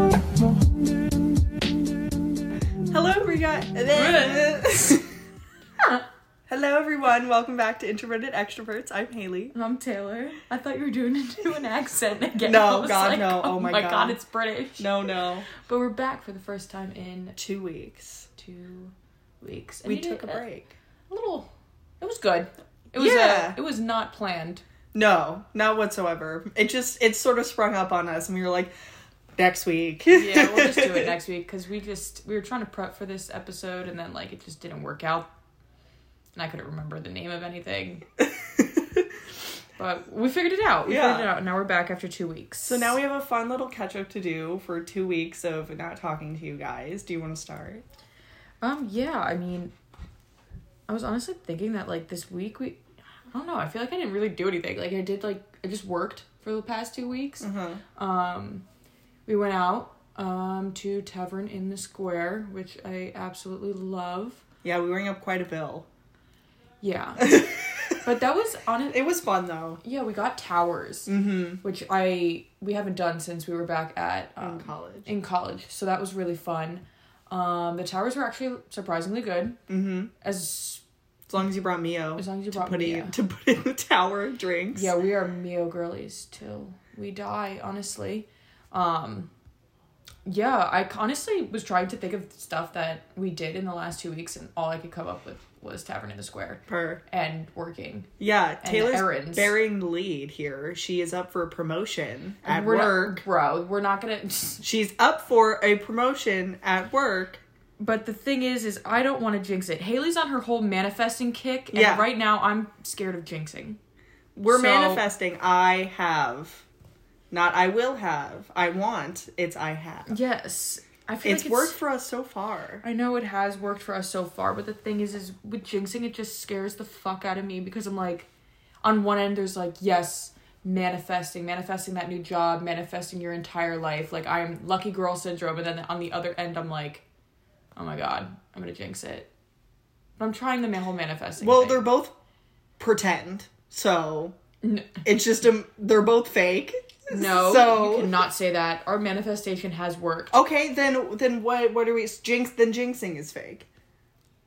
Hello, everyone. Welcome back to Introverted Extroverts. I'm Haley. I'm Taylor. I thought you were doing it to an accent again. No, I was God, no. Oh my my God. god. it's British. No, no. But we're back for the first time in Two weeks. two weeks. And We you took a did break. A little. It was good. It was. Yeah. Uh, it was not planned. No, not whatsoever. It just, it sort of sprung up on us, and we were like, next week. Yeah, we'll just do it next week because we just we were trying to prep for this episode and then like it just didn't work out, and I couldn't remember the name of anything. But we figured it out. We Yeah. figured it out. and Now we're back after two weeks. so now we have a fun little catch up to do for two weeks of not talking to you guys. Do you want to start? Um, yeah, I mean, I was honestly thinking that, like, this week we, I don't know, I feel like I didn't really do anything. Like, I did, like, I just worked for the past two weeks. Uh-huh. Um, we went out, um, to Tavern in the Square, which I absolutely love. Yeah, we rang up quite a bill. Yeah. but that was on it. It was fun, though. Yeah, we got towers, Mm-hmm. which I, we haven't done since we were back at, Mm. In um, college. in college. So that was really fun. Um, the towers were actually surprisingly good. Mm-hmm. As As long as you brought Mio. As long as you to brought put Mio. In, to put in the tower of drinks. Yeah, we are Mio girlies till we die, honestly. Um yeah, I c- honestly was trying to think of stuff that we did in the last two weeks, and all I could come up with was Tavern in the Square Per. and working. Yeah, and Taylor's errands. bearing the lead here. She is up for a promotion at We're not- work. bro. We're not gonna. She's up for a promotion at work. But the thing is, is I don't want to jinx it. Haley's on her whole manifesting kick, and Yeah. right now I'm scared of jinxing. We're So- manifesting. I have, not I will have. I want. It's I have. Yes, I feel It's like worked for us so far. I know it has worked for us so far, but the thing is, is with jinxing, it just scares the fuck out of me because I'm like, on one end, there's like, yes, manifesting, manifesting that new job, manifesting your entire life. Like, I'm lucky girl syndrome. And then on the other end, I'm like, oh my God, I'm going to jinx it. But I'm trying the ma- whole manifesting. Well, thing. they're both pretend. So N- it's just a. They're both fake. No, So you cannot say that. Our manifestation has worked. okay, then then what what are we jinx? Then jinxing is fake.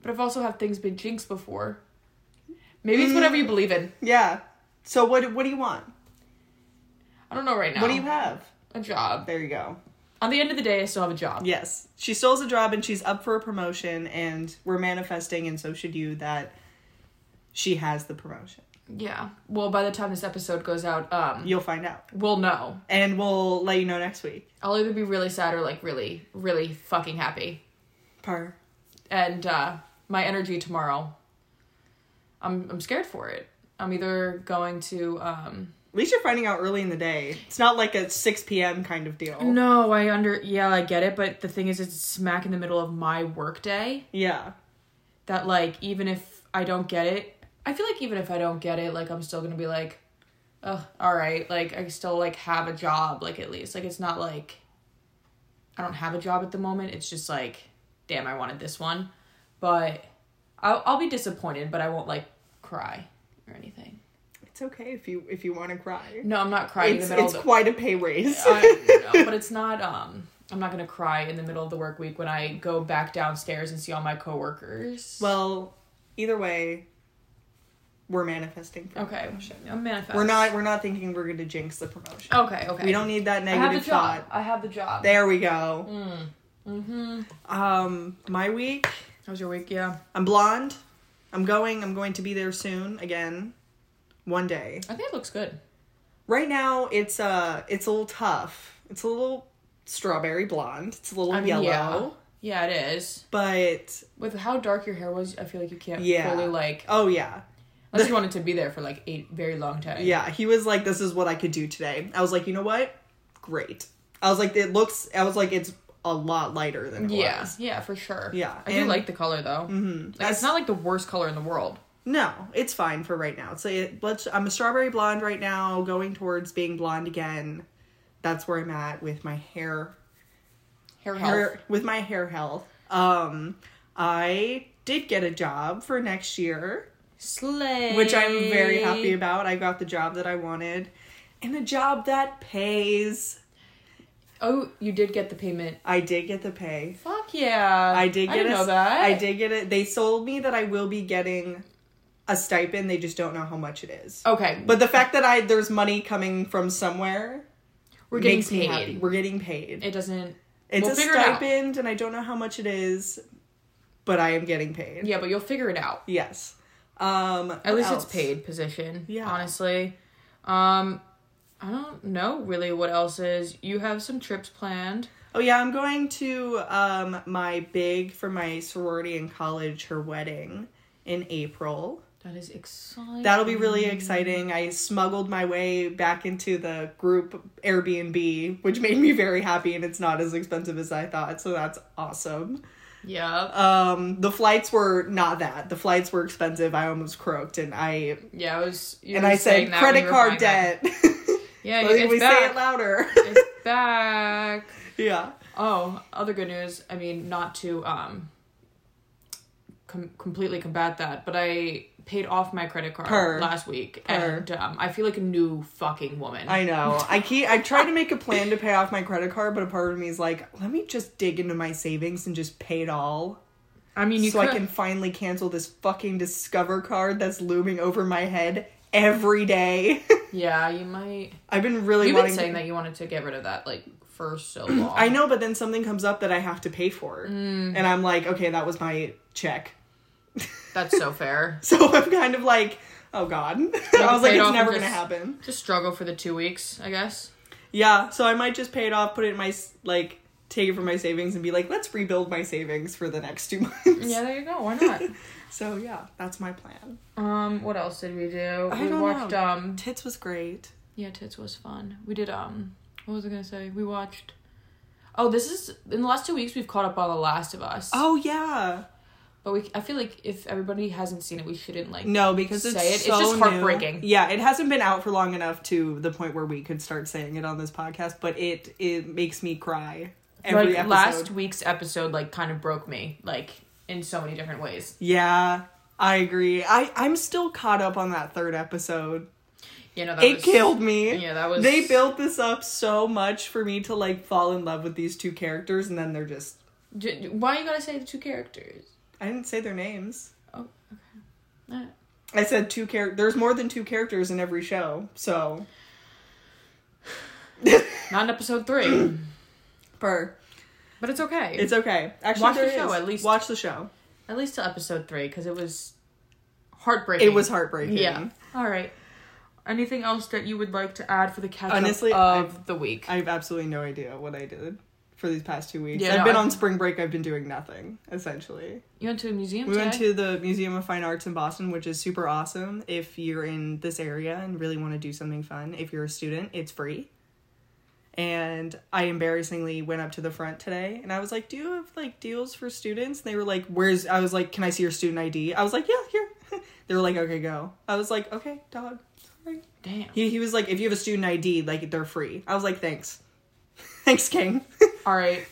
But I've also had things been jinxed before. Maybe Mm. it's whatever you believe in. Yeah. So what what do you want? I don't know right now. What do you have? A job. There you go. On the end of the day, I still have a job. Yes. She still has a job and she's up for a promotion, and we're manifesting, and so should you, that she has the promotion. Yeah. Well, by the time this episode goes out, um, You'll find out. we'll know. And we'll let you know next week. I'll either be really sad or like really, really fucking happy. Par. And uh, my energy tomorrow, I'm I'm scared for it. I'm either going to um At least you're finding out early in the day. It's not like a 6 p.m. kind of deal. no, I under yeah, I get it, but the thing is, it's smack in the middle of my workday. Yeah. That like even if I don't get it, I feel like even if I don't get it, like I'm still gonna be like, oh, all right, like I still like have a job, like at least like it's not like I don't have a job at the moment. It's just like, damn, I wanted this one, but I'll, I'll be disappointed, but I won't like cry or anything. It's okay if you if you want to cry. No, I'm not crying It's, in the middle it's of the. quite a pay raise. I know, but it's not. Um, I'm not gonna cry in the middle of the work week when I go back downstairs and see all my coworkers. well, either way, we're manifesting. for- okay, I'm manifest. We're not we're not thinking we're going to jinx the promotion. Okay, okay. We don't need that I have the negative job. thought. I have the job. There we go. mm-hmm. Um, my week. How's your week? Yeah, I'm blonde. I'm going. I'm going to be there soon again, one day. I think it looks good. Right now, it's uh, it's a little tough. It's a little strawberry blonde. It's a little I mean, yellow, yeah, yeah, it is. but With how dark your hair was, I feel like you can't Yeah. fully like oh yeah, unless you wanted to be there for like eight very long time. yeah. He was like, "This is what I could do today." I was like, "You know what? Great." I was like, "It looks." I was like, "It's a lot lighter than it yeah, was." yeah, for sure. Yeah, I and- do like the color though. Mm-hmm. Like, That's- it's not like the worst color in the world. No, it's fine for right now. So it, let's. I'm a strawberry blonde right now, going towards being blonde again. That's where I'm at with my hair Hair health. hair, with my hair health. Um, I did get a job for next year, slay, which I'm very happy about. I got the job that I wanted, and a job that pays. Oh, you did get the payment. I did get the pay. Fuck yeah. I did get didn't a, know that. I did get it. They sold me that I will be getting a stipend. They just don't know how much it is. Okay, but But the fact that I there's money coming from somewhere we're getting makes me happy. paid. We're getting paid. It doesn't. it's we'll a figure it out. stipend, and I don't know how much it is, but I am getting paid. Yeah, but you'll figure it out. Yes. Um. At what least else? it's paid position. Yeah. Honestly, um, I don't know really what else is. You have some trips planned. Oh yeah, I'm going to um my big for my sorority in college her wedding in April. That is exciting. That'll be really exciting. I smuggled my way back into the group Airbnb, which made me very happy and it's not as expensive as I thought, so that's awesome. Yeah. Um the flights were not that. The flights were expensive. I almost croaked and I Yeah. I was. You and were I saying said that when you credit were card buying debt. that. Yeah. Like, it's we back. say it louder. it's back. yeah. Oh, other good news. I mean, not to um com- completely combat that, but I paid off my credit card Purr. last week, Purr. and um, I feel like a new fucking woman. I know. I keep. I try to make a plan to pay off my credit card, but a part of me is like, let me just dig into my savings and just pay it all, I mean, you so could, I can finally cancel this fucking Discover card that's looming over my head every day. Yeah, you might. I've been really You've been wanting. saying to- that you wanted to get rid of that like for so long. I know, but then something comes up that I have to pay for, Mm. and I'm like, okay, that was my check. That's so fair. So I'm kind of like, oh god. I was like, paid it's off never and gonna just- happen. Just struggle for the two weeks, I guess. Yeah, so I might just pay it off, put it in my s- like, take it from my savings, and be like, let's rebuild my savings for the next two months. Yeah, there you go. Why not? So yeah, that's my plan. um, what else did we do? I we don't watched know. um Tits was great. Yeah, tits was fun. We did um what was I gonna say? We watched Oh, this is in the last two weeks we've caught up on The Last of Us. Oh yeah. But we I feel like if everybody hasn't seen it, we shouldn't like No, because it's Say it. It's so just new. heartbreaking. Yeah, it hasn't been out for long enough to the point where we could start saying it on this podcast, but it it makes me cry every like episode. last week's episode like kind of broke me, like in so many different ways. yeah, I agree. I I'm still caught up on that third episode. You know that It was, killed me. Yeah, that was They built this up so much for me to like fall in love with these two characters, and then they're just J- why you gotta say the two characters? I didn't say their names. Uh, I said two characters. There's more than two characters in every show, so Not in episode three. per but it's okay. it's okay. Actually, Watch the there show, is. at least. Watch the show. At least till episode three, because it was heartbreaking. It was heartbreaking. Yeah. All right. Anything else that you would like to add for the catch Honestly, up of the week? I have absolutely no idea what I did for these past two weeks. Yeah, I've no, been I- on spring break. I've been doing nothing essentially. you went to a museum We went today? to the Museum of Fine Arts in Boston, which is super awesome. If you're in this area and really want to do something fun, if you're a student, it's free. And I embarrassingly went up to the front today and I was like, Do you have like deals for students? And they were like, Where's I was like, Can I see your student ID? I was like, Yeah, here. they were like, Okay, go. I was like, Okay, dog. Sorry. Damn. He, he was like, If you have a student ID, like they're free. I was like, Thanks. Thanks, King. All right.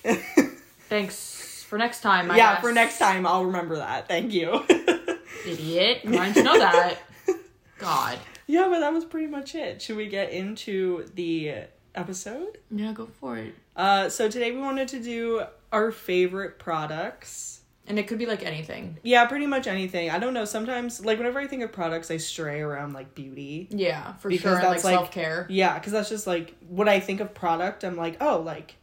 Thanks for next time. I yeah, guess. for next time, I'll remember that. Thank you. Idiot. Why didn't you know that? God. Yeah, but that was pretty much it. Should we get into the episode? Yeah, go for it. Uh, so today we wanted to do our favorite products. And it could be like anything. Yeah, pretty much anything. I don't know. Sometimes, like whenever I think of products, I stray around like beauty. Yeah, for Because sure. And like that's, like- self care. Yeah, because that's just like when I think of product, I'm like, oh, like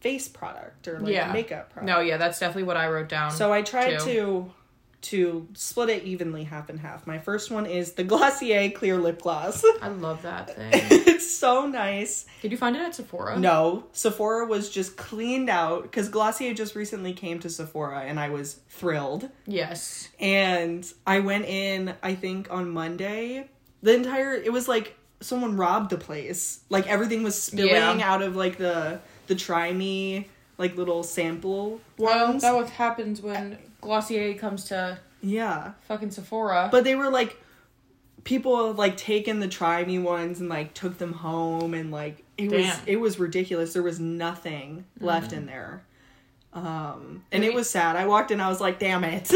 face product or like Yeah. makeup product. No, yeah, that's definitely what I wrote down. So I tried Two. to to split it evenly half and half. My first one is the Glossier Clear Lip Gloss. I love that thing. it's so nice. Did you find it at Sephora? No, Sephora was just cleaned out because Glossier just recently came to Sephora and I was thrilled. Yes. And I went in, I think, on Monday. The entire, it was like someone robbed the place. Like everything was spilling Yeah. out of like the, the Try Me, like little sample Well, ones. Oh, that what happens when Glossier comes to yeah. fucking Sephora. But they were like, people like taken the Try Me ones and like took them home and like, it was, Damn. it was ridiculous. There was nothing left in there. Um, and it was sad. I walked in, I was like, damn it.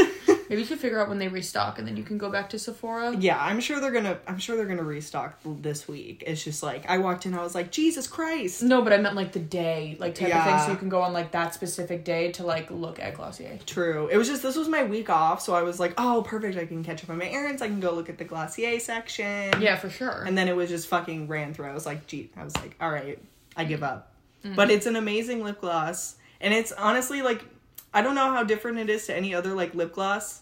Maybe you should figure out when they restock and then you can go back to Sephora. Yeah, I'm sure they're gonna. I'm sure they're gonna restock this week. It's just like I walked in, I was like, Jesus Christ, No, but I meant like the day, like type of thing. Yeah. So you can go on like that specific day to like look at Glossier. True. It was just this was my week off, so I was like, oh, perfect. I can catch up on my errands. I can go look at the Glossier section. Yeah, for sure. And then it was just fucking ran through. I was like, gee, I was like, all right, I give up. Mm-hmm. But it's an amazing lip gloss, and it's honestly like, I don't know how different it is to any other like lip gloss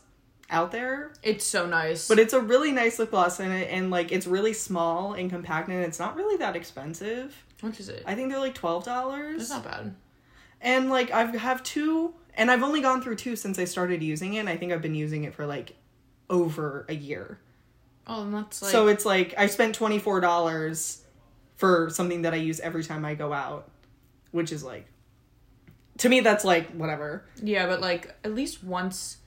out there, it's so nice. but it's a really nice lip gloss, and it, and like it's really small and compact, and it's not really that expensive. Which is it? I think they're like twelve dollars. It's not bad. and like I've have two, and I've only gone through two since I started using it. And I think I've been using it for like over a year. Oh, and that's like so it's like I spent twenty four dollars for something that I use every time I go out, which is like, to me that's like whatever. Yeah, but like at least once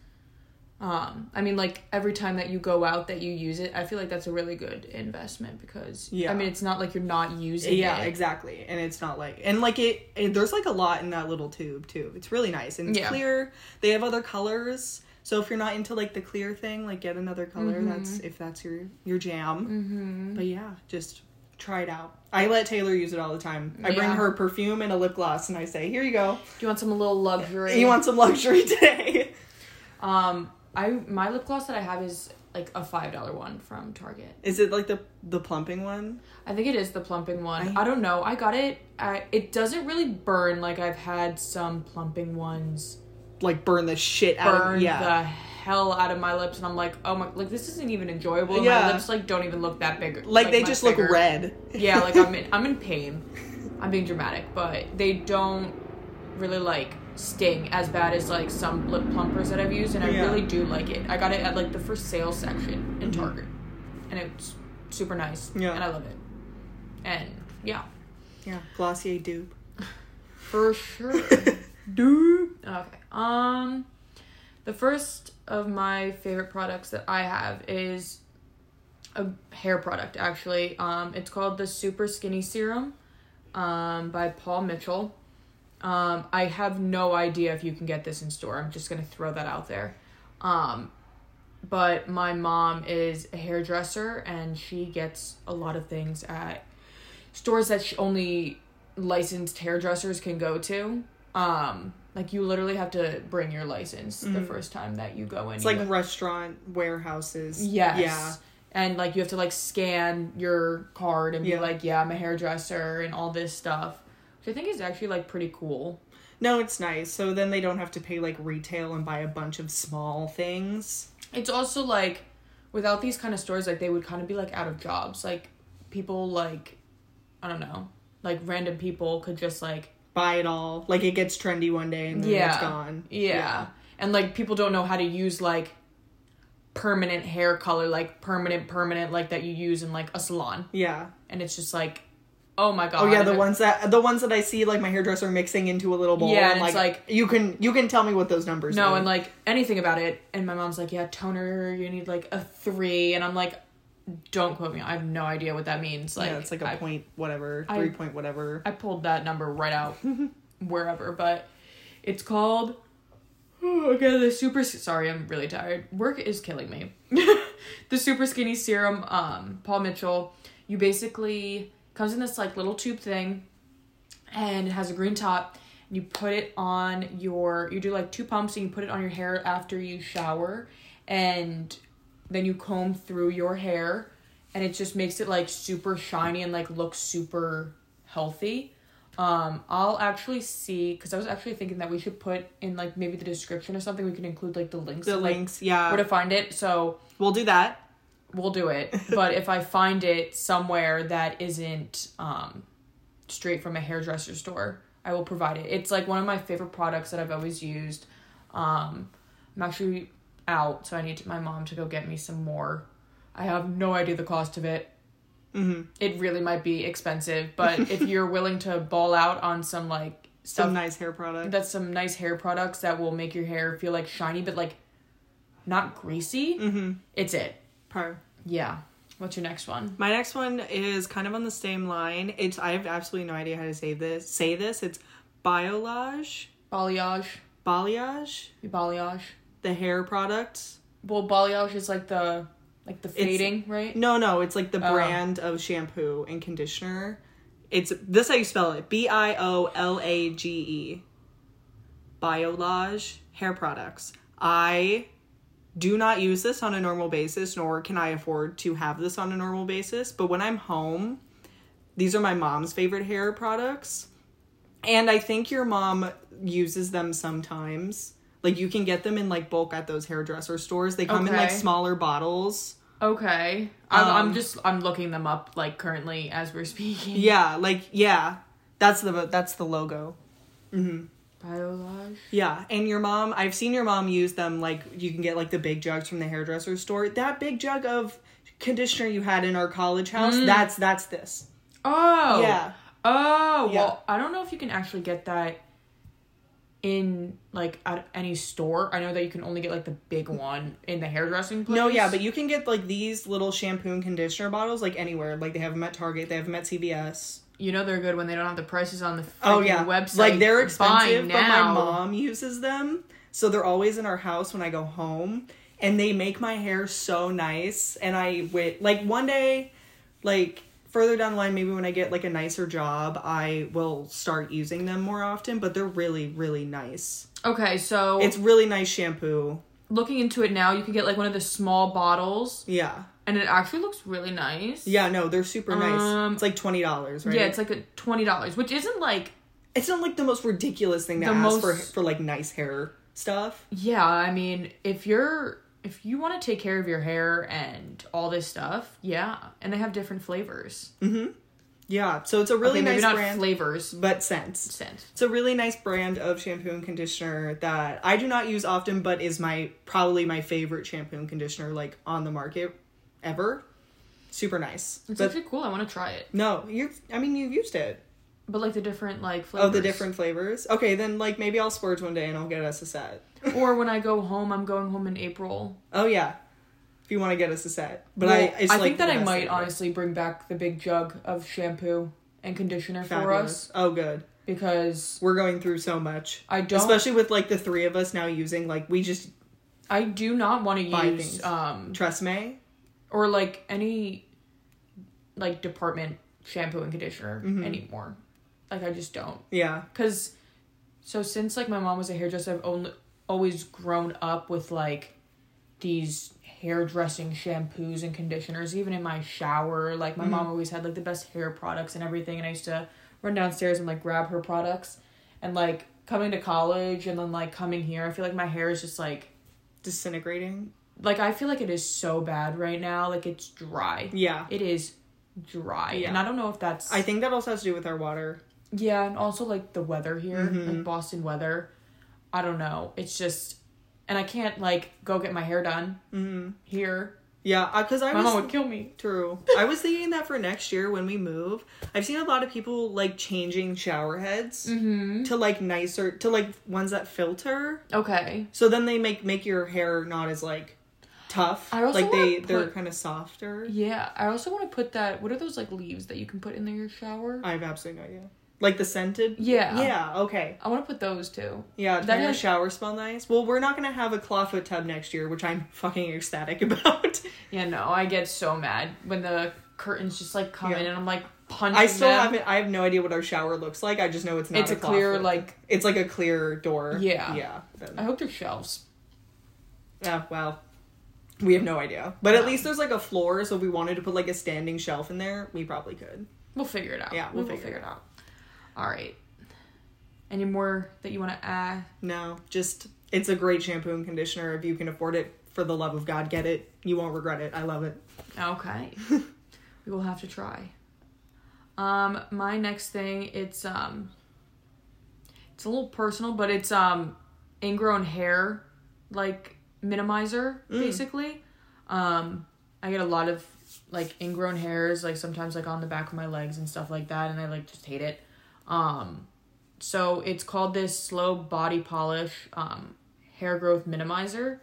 um I mean like every time that you go out that you use it, I feel like that's a really good investment because Yeah. I mean it's not like you're not using Yeah, it. exactly. And it's not like and like it, it- there's like a lot in that little tube too. It's really nice and it's Yeah. clear. They have other colors. So if you're not into like the clear thing, like get another color. Mm-hmm. That's if that's your your jam. Mm-hmm. But yeah, just try it out. I let Taylor use it all the time. I bring Yeah. her perfume and a lip gloss and I say, "Here you go. Do you want some a little luxury? You want some luxury today." um I my lip gloss that I have is like a five dollar one from Target. Is it like the the plumping one? I think it is the plumping one. I- I, don't know. I got it. I, it doesn't really burn like I've had some plumping ones Like burn the shit out burn of Oh, yeah. the hell out of my lips, and I'm like, oh my, like this isn't even enjoyable. and Yeah. My lips like don't even look that big. like, they my just look finger- red. yeah, like I'm in, I'm in pain. I'm being dramatic, but they don't really like sting as bad as like some lip plumpers that I've used, and I Yeah. Mm-hmm. really do like it. I got it at like the for sale section in Target, and it's super nice. Yeah. and I love it. And yeah, Yeah, Glossier dupe. for sure. dupe. Okay. Um, the first of my favorite products that I have is a hair product. Actually, um, it's called the Super Skinny Serum, um, by Paul Mitchell. Um, I have no idea if you can get this in store. I'm just gonna throw that out there. Um, but my mom is a hairdresser and she gets a lot of things at stores that sh- only licensed hairdressers can go to. Um, like you literally have to bring your license the first time that you go in. Mm-hmm. It's like restaurant warehouses. yes, Yeah. and like you have to like scan your card and Yeah. be like, yeah, I'm a hairdresser and all this stuff, which I think is actually like pretty cool. No, it's nice. So then they don't have to pay like retail and buy a bunch of small things. it's also like without these kind of stores like they would kind of be like out of jobs like people like i don't know like random people could just like Buy it all. Like it gets trendy one day and then Mm, it's Yeah. gone. yeah. and like people don't know how to use like permanent hair color like permanent permanent like that you use in like a salon Yeah. and it's just like oh my god Oh yeah, the And- ones that the ones that I see like my hairdresser mixing into a little bowl. Yeah, and, and like, it's you can you can tell me what those numbers. no mean. and like anything about it and my mom's like yeah toner you need like a three and i'm like don't quote me i have no idea what that means like yeah, it's like a I- point whatever, I- three point whatever. I pulled that number right out wherever, but it's called okay, the super sorry, I'm really tired. Work is killing me. the super skinny serum um Paul Mitchell, you basically comes in this like little tube thing and it has a green top. and You put it on your you do like two pumps and you put it on your hair after you shower and then you comb through your hair and it just makes it like super shiny and like looks super healthy um i'll actually see because i was actually thinking that we should put in like maybe the description or something we can include like the links the of, like, links, yeah. where to find it so we'll do that. we'll do it but if i find it somewhere that isn't um straight from a hairdresser store i will provide it it's like one of my favorite products that i've always used um i'm actually out so i need to, my mom to go get me some more i have no idea the cost of it mm-hmm. it really might be expensive but if you're willing to ball out on some like stuff Some nice hair product. that's some nice hair products that will make your hair feel like shiny but like not greasy mm-hmm. it's it Par. yeah. What's your next one? My next one is kind of on the same line. It's I have absolutely no idea how to say this. Say this. It's biolage, Balayage. balayage, Balayage. the hair products. Well, balayage is like the like the fading, right? No, no, it's like the Oh. brand of shampoo and conditioner. It's this how you spell it. B I O L A G E. Biolage hair products. I do not use this on a normal basis, nor can I afford to have this on a normal basis. But when I'm home, these are my mom's favorite hair products. And I think your mom uses them sometimes. Like you can get them in like bulk at those hairdresser stores. They come in like Okay. smaller bottles. Okay. I'm, I'm Um, just I'm looking them up like currently as we're speaking. Yeah, like yeah, that's the that's the logo. Biolage. Yeah, and your mom, I've seen your mom use them. Like you can get like the big jugs from the hairdresser store. That big jug of conditioner you had in our college house. That's that's this. Oh. Yeah. Oh, Yeah. well, I don't know if you can actually get that in like at any store. I know that you can only get like the big one in the hairdressing place. No, yeah, but you can get like these little shampoo and conditioner bottles like anywhere. Like they have them at Target. They have them at CVS. you know they're good when they don't have the prices on the freaking Oh yeah, website. Like they're Buy expensive, but my now. mom uses them, so they're always in our house when I go home, and they make my hair so nice. And I wait, like one day, like further down the line, maybe when I get like a nicer job, I will start using them more often. But they're really, really nice. Okay, so It's really nice shampoo. looking into it now, you can get like one of the small bottles, Yeah, and it actually looks really nice. yeah. No, they're super nice. Um, it's like twenty dollars, right? Yeah, it's like a twenty dollars, which isn't like it's not like the most ridiculous thing to The ask for most- for like nice hair stuff. yeah. I mean, if you're if you want to take care of your hair and all this stuff, yeah, and they have different flavors. Yeah, so it's a really Okay, maybe nice not brand, flavors but scents. scent. It's a really nice brand of shampoo and conditioner that I do not use often, but is my probably my favorite shampoo and conditioner like on the market ever. Super nice. It's but actually cool. I want to try it, no, you. I mean, you used it. but like the different like flavors. Oh, the different flavors. Okay, then like maybe I'll splurge one day and I'll get us a set. Or when I go home, I'm going home in April. Oh yeah, if you want to get us a set. But Well, I, it's, I like, think that the I best might ever. honestly bring back the big jug of shampoo and conditioner for Fabulous. us Oh, good. because We're going through so much, I don't. especially with like the three of us now using like we just I do not want to Buy use things. um trust me. or like any like department shampoo and conditioner Mm-hmm. anymore. Like I just don't Yeah. because so since like my mom was a hairdresser, I've only always grown up with like these hairdressing shampoos and conditioners. Even in my shower, like my Mm-hmm. mom always had like the best hair products and everything, and I used to run downstairs and like grab her products. And like coming to college and then like coming here, I feel like my hair is just like Disintegrating. like I feel like it is so bad right now. Like it's dry. Yeah. It is dry, and Yeah. I don't know if that's I think that also has to do with our water. yeah, and also like the weather here, like Boston weather. I don't know. It's just, and I can't like go get my hair done here. Yeah, because I My was mom would kill me. true. I was thinking that for next year when we move, I've seen a lot of people like changing shower heads Mm-hmm. to like nicer to like ones that filter. Okay. So then they make make your hair not as like tough. I also like they wanna they're put- kind of softer. Yeah, I also want to put that. What are those like leaves that you can put in your shower? I have absolutely no idea. Like the scented. Yeah. Yeah. Okay. I want to put those too. Yeah. To That that make your is- shower smell nice. Well, we're not gonna have a clawfoot tub next year, which I'm fucking ecstatic about. Yeah, no, I get so mad when the curtains just like come Yeah. in and I'm like punching. I still them. haven't. I have no idea what our shower looks like. I just know it's not. It's a claw clear, foot. like- It's like a clear door. Yeah. Yeah. Then, I hope they're shelves. yeah. Well, we have no idea. But at No. least there's like a floor, so if we wanted to put like a standing shelf in there, we probably could. We'll figure it out. Yeah, we will we'll figure figure it out. All right. Any more that you want to add? No, just it's a great shampoo and conditioner if you can afford it. For the love of God, get it. You won't regret it. I love it. Okay. we will have to try. Um, my next thing, it's um it's a little personal, but it's um ingrown hair like minimizer, basically. Um I get a lot of like ingrown hairs, like sometimes like on the back of my legs and stuff like that, and I like just hate it. Um so it's called this slow body polish um hair growth minimizer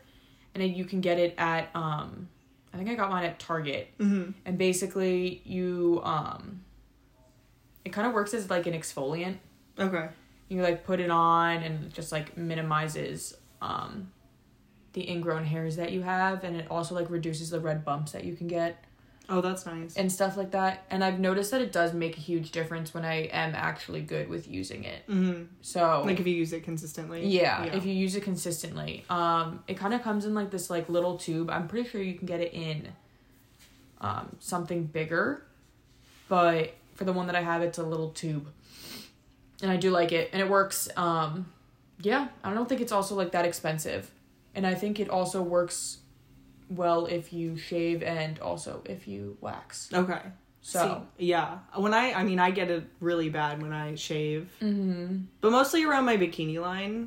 and then you can get it at um I think I got mine at Target. Mm-hmm. And basically you um it kind of works as like an exfoliant. Okay. You like put it on and it just like minimizes um the ingrown hairs that you have and it also like reduces the red bumps that you can get Oh, that's nice. and stuff like that. And I've noticed that it does make a huge difference when I am actually good with using it. hmm So Like if you use it consistently. Oh. yeah, if you use it consistently. Um it kind of comes in like this like little tube. I'm pretty sure you can get it in um something bigger. But for the one that I have it's a little tube. And I do like it and it works um yeah, I don't think it's also like that expensive. And I think it also works well if you shave and also if you wax. Okay. So See, yeah, when I I mean I get it really bad when I shave, Mhm. but mostly around my bikini line.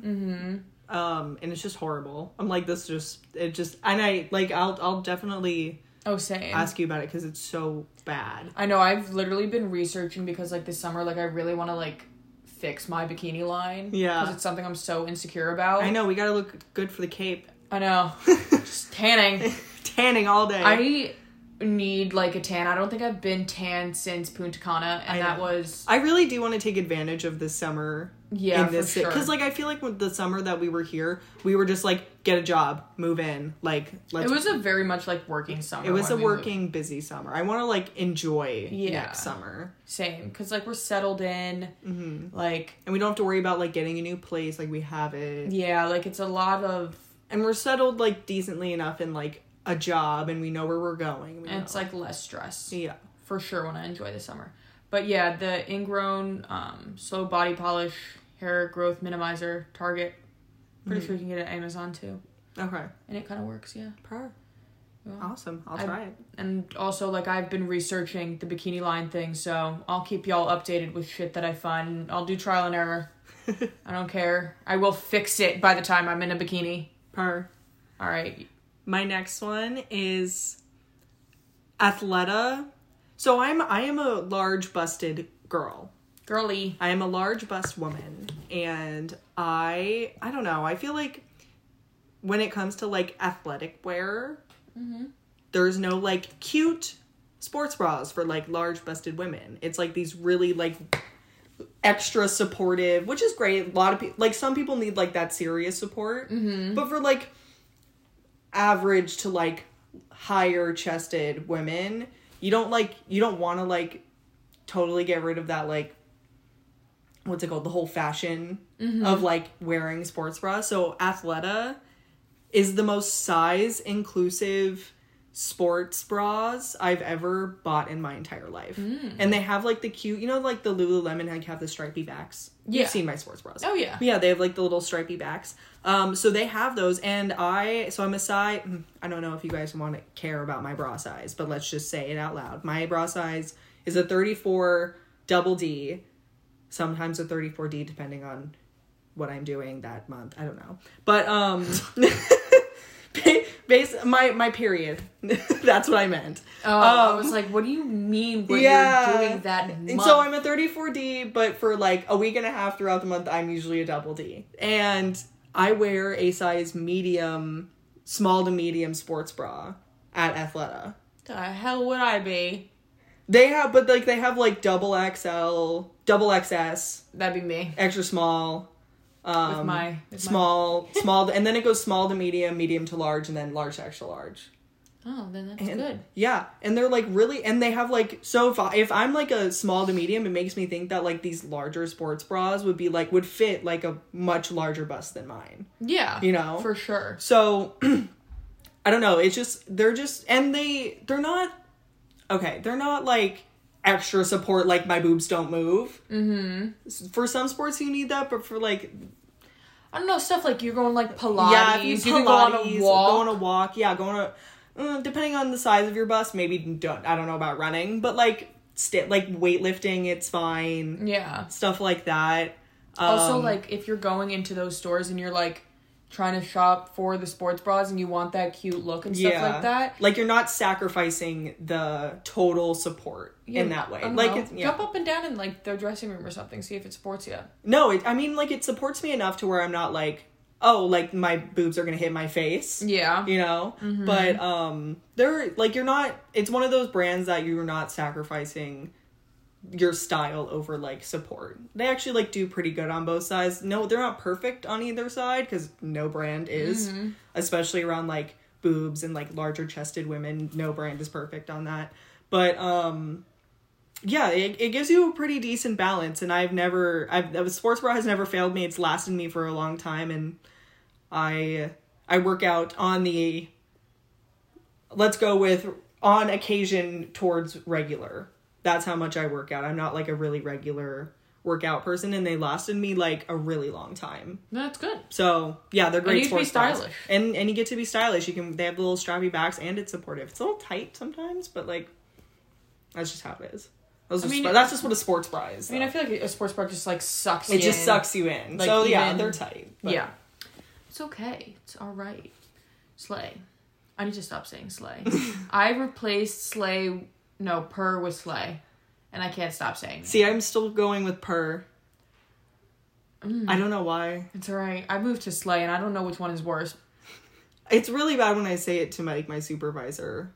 Mhm. Um, and it's just horrible. I'm like this just it just and I like I'll I'll definitely Oh, same. ask you about it because it's so bad. I know I've literally been researching because like this summer, like I really want to like fix my bikini line. Yeah. because it's something I'm so insecure about. I know we gotta look good for the cape, I know. Just tanning. tanning all day. I need like a tan. I don't think I've been tan since Punta Cana, I and that know. was I really do want to take advantage of this summer yeah in this for sure. because like I feel like with the summer that we were here, we were just like get a job, move in, like let's it was a very much like working summer. It was when a we moved. working, busy summer. I want to like enjoy Yeah. next summer, same because like we're settled in. Mhm. Like and we don't have to worry about like getting a new place. Like we have it, yeah, like it's a lot of and we're settled like decently enough in like a job, and we know where we're going. We and it's know. like less stress. yeah, for sure want to enjoy the summer. But yeah, the ingrown um, slow body polish hair growth minimizer Target. Pretty Mm-hmm. sure you can get it at Amazon too, okay, and it kind of works, yeah. per, Yeah. awesome. I'll I- try it. And also, like I've been researching the bikini line thing, so I'll keep y'all updated with shit that I find. I'll do trial and error. I don't care. I will fix it by the time I'm in a bikini. Per. All right. My next one is Athleta. So I'm I am a large busted girl. Girly. I am a large bust woman and I I don't know, I feel like when it comes to like athletic wear, there's no like cute sports bras for like large busted women. It's like these really like extra supportive, which is great. A lot of people like some people need like that serious support. But for like average to like higher chested women, you don't like you don't want to like totally get rid of that like what's it called the whole fashion Mm-hmm. of like wearing sports bra so athleta is the most size inclusive sports bras i've ever bought in my entire life Mm. and they have like the cute you know like the lululemon like have the stripy backs Yeah. you've seen my sports bras Oh yeah. yeah, they have like the little stripy backs. Um, so they have those, and I so I'm a size. hmm, I don't know if you guys want to care about my bra size, but let's just say it out loud. My bra size is a 34 double D, sometimes a 34D depending on what I'm doing that month. I don't know, but um, ba- base my my period. That's what I meant. Oh, I Um, was like, what do you mean when yeah. you're doing that? And Month? so I'm a 34D, but for like a week and a half throughout the month, I'm usually a double D. And I wear a size medium, small to medium sports bra at Athleta. the hell would I be? They have, but like they have like double XL, double XS, That'd be me. extra small, um, with my with small, small, and then it goes small to medium, medium to large, and then large to extra large. My, oh, then that's And- good. Yeah, and they're like really, and they have like so. If, I, if I'm like a small to medium, it makes me think that like these larger sports bras would be like would fit like a much larger bust than mine. Yeah, You know? for sure. So I don't know. It's just they're just and they they're not okay. They're not like extra support like my boobs don't move. Mm-hmm. For some sports you need that, but for like I don't know stuff like you're going like Pilates. yeah, if you, you, can go on Pilates, a go walk. on a walk, yeah, go on a. mm, depending on the size of your bust, maybe don't. I don't know about running, but like sti like weightlifting, it's fine. yeah. Stuff like that. Um, also, like if you're going into those stores and you're like trying to shop for the sports bras and you want that cute look and stuff like that. Like you're not sacrificing the total support in that way. Like it's, it's, yeah. jump up and down in like their dressing room or something. See if it supports you. no, it, I mean like it supports me enough to where I'm not like oh like my boobs are gonna hit my face. Yeah. you know but um they're like you're not it's one of those brands that you're not sacrificing your style over like support. They actually like do pretty good on both sides. No, they're not perfect on either side cuz no brand is, especially around like boobs and like larger chested women. No brand is perfect on that. But um yeah, it, it gives you a pretty decent balance and I've never I've that was sports bra has never failed me. It's lasted me for a long time and I I work out on the let's go with on occasion towards regular. That's how much I work out. I'm not like a really regular workout person, and they lasted me like a really long time. That's good. So yeah, they're great. you get to be sports bras. stylish. and and you get to be stylish. You can they have the little strappy backs, and it's supportive. It's a little tight sometimes, but like that's just how it is. Those I are mean, sp- that's just what a sports bra is. I mean, though. I feel like a sports bar just like sucks. it you just in. sucks you in. Like, so yeah, even- they're tight. but- Yeah. It's okay. It's all right. Slay. I need to stop saying slay. I replaced slay. No, purr with slay, and I can't stop saying. it. See, I'm still going with purr. Mm. I don't know why. It's alright. I moved to slay, and I don't know which one is worse, It's really bad when I say it to my like, my supervisor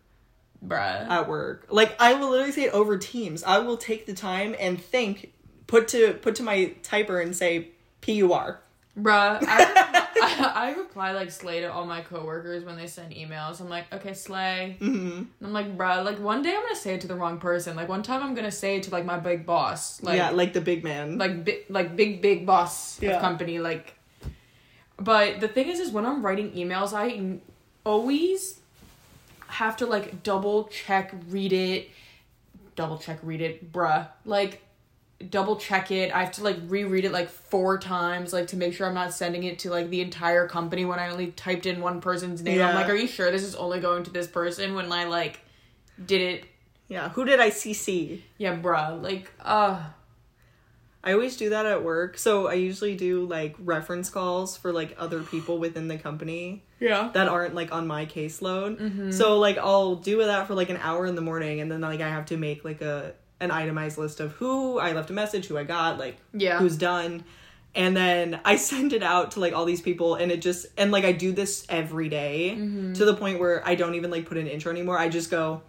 bruh. at work. Like I will literally say it over Teams. I will take the time and think, put to put to my typer and say P U R. Bruh, I, reply, I, reply like slay to all my coworkers when they send emails. I'm like, okay, slay. Mm-hmm. I'm like, bruh, like one day I'm gonna say it to the wrong person. Like one time I'm gonna say it to like my big boss. Like, yeah, like the big man. like big like big big boss Yeah. of company like but the thing is is when i'm writing emails i n- always have to like double check read it double check read it bruh like double check it i have to like reread it like four times like to make sure i'm not sending it to like the entire company when i only typed in one person's name i'm Yeah. like are you sure this is only going to this person when i like did it yeah, who did I CC? yeah bruh like uh I always do that at work. So I usually do like reference calls for like other people within the company. yeah that aren't like on my caseload. Mm-hmm. So like I'll do that for like an hour in the morning, and then like I have to make like a an itemized list of who I left a message, who I got, like Yeah. who's done, and then I send it out to like all these people, and it just and like I do this every day, Mm-hmm. to the point where I don't even like put an intro anymore. I just go.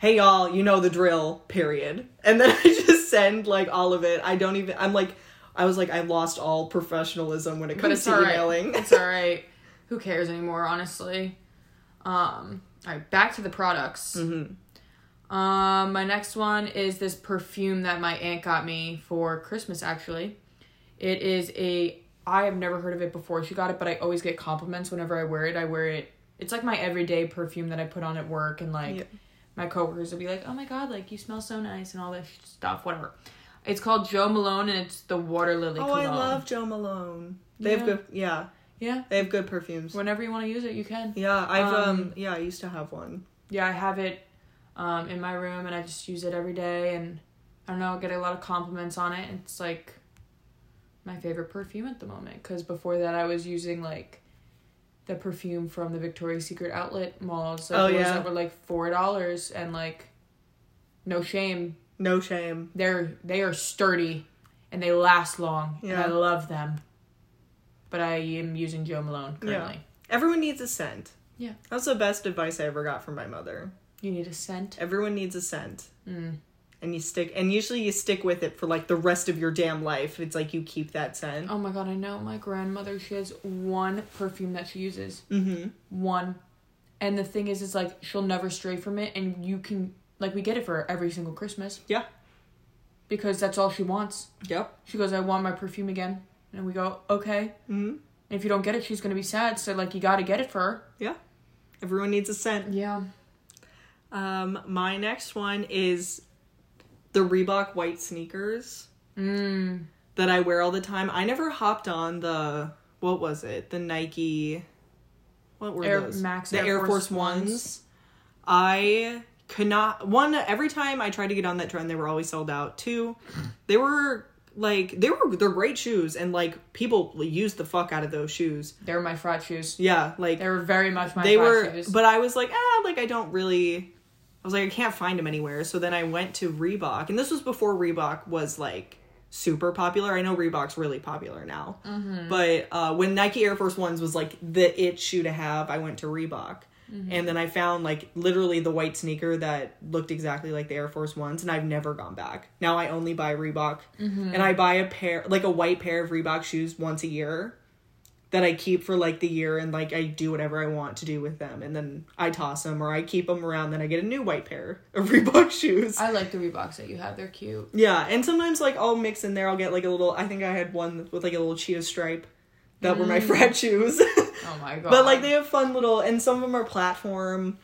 Hey y'all, you know the drill, period. And then I just send like all of it. I don't even I'm like I was like I lost all professionalism when it but comes it's to all right. emailing. It's all right. Who cares anymore, honestly? Um, all right, back to the products. Mm-hmm. Um, my next one is this perfume that my aunt got me for Christmas. Actually, it is a I have never heard of it before. She got it, but I always get compliments whenever I wear it. I wear it. It's like my everyday perfume that I put on at work, and like Yeah. my coworkers will be like, "Oh my god, like you smell so nice," and all this stuff. Whatever. It's called Joe Malone, and it's the Water Lily. Oh, cologne. I love Joe Malone. They Yeah. have good, yeah, Yeah, they have good perfumes. whenever you want to use it, you can. Yeah, I've um, Um, yeah, I used to have one. yeah, I have it um, in my room and I just use it every day and I don't know, I get a lot of compliments on it. It's like my favorite perfume at the moment because before that I was using like the perfume from the Victoria's Secret outlet malls. So Oh, the ones yeah. that were like four dollars and like no shame. No shame. They're they are sturdy and they last long and Yeah. I love them. But I am using Joe Malone currently. Everyone needs a scent. Yeah. That's the best advice I ever got from my mother. You need a scent. Everyone needs a scent. Mm. And you stick and usually you stick with it for like the rest of your damn life. It's like you keep that scent. Oh my god, I know my grandmother, she has one perfume that she uses. Mhm. One. And the thing is, it's like she'll never stray from it, and you can, like, we get it for her every single Christmas Yeah. because that's all she wants. Yep. She goes, I want my perfume again. And we go, okay. Mhm. And if you don't get it, she's gonna be sad, so, like, you gotta get it for her. Yeah. Everyone needs a scent. Yeah. Um my next one is the Reebok white sneakers. Mm. that I wear all the time. I never hopped on the what was it? The Nike what were Air those? Max the Air Force, Ones. I could not one every time I tried to get on that trend they were always sold out. Two, they were like they were they're great shoes and like people used the fuck out of those shoes. They were my frat shoes. Yeah, like They were very much my they frat were shoes. but i was like ah like i don't really i was like i can't find them anywhere so then i went to reebok and this was before reebok was like super popular i know reebok's really popular now but uh when nike air force ones was like the it shoe to have i went to reebok And then I found like literally the white sneaker that looked exactly like the Air Force Ones, and I've never gone back. Now I only buy Reebok, and I buy a pair, like a white pair of Reebok shoes once a year, that I keep for like the year, and like I do whatever I want to do with them, and then I toss them or I keep them around. Then I get a new white pair of Reebok shoes. I like the Reeboks that you have. They're cute. Yeah, and sometimes like I'll mix in there. I'll get like a little. I think I had one with like a little cheetah stripe, that were my frat shoes. Oh my god. but like they have fun little, and some of them are platform.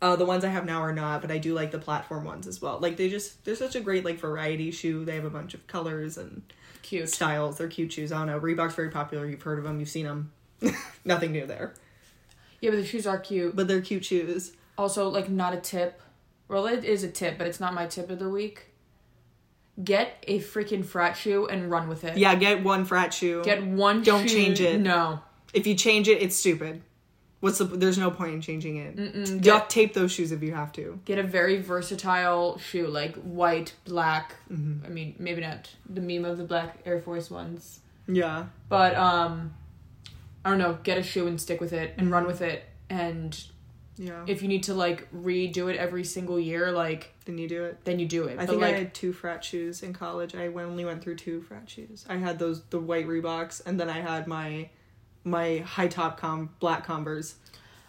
Uh, the ones I have now are not, but I do like the platform ones as well. Like they just they're such a great like variety shoe. They have a bunch of colors and cute. styles. They're cute shoes. I don't know. Reebok's very popular. You've heard of them. You've seen them. Nothing new there, Yeah, but the shoes are cute. but they're cute shoes. Also, like not a tip. Well, it is a tip, but it's not my tip of the week. Get a freaking frat shoe and run with it. Yeah, get one frat shoe. Get one. Don't shoe- change it. No. if you change it, it's stupid. What's the? There's no point in changing it. Duct tape those shoes if you have to. Get a very versatile shoe, like white, black. Mm-hmm. I mean, maybe not the meme of the black Air Force ones, Yeah. but um, I don't know. Get a shoe and stick with it and Mm-hmm. run with it. And Yeah. if you need to like redo it every single year, like Then you do it. then you do it. I but think like, I had two frat shoes in college. I only went through two frat shoes. I had those the white Reeboks, and then I had my my high top com black Converse.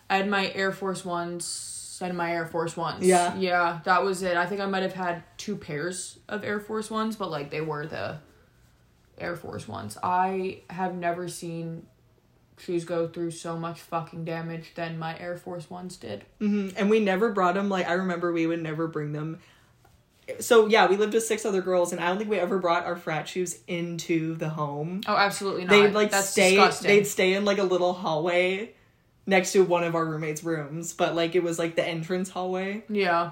I had my Air Force Ones and my Air Force Ones. Yeah. Yeah, that was it. I think I might have had two pairs of Air Force Ones, but like they were the Air Force Ones. I have never seen shoes go through so much fucking damage than my Air Force Ones did. hmm And we never brought them. Like I remember, we would never bring them. So yeah, we lived with six other girls, and I don't think we ever brought our frat shoes into the home. Oh, absolutely not. They'd like That's stay. disgusting. They'd stay in like a little hallway next to one of our roommates' rooms, but like it was like the entrance hallway. yeah.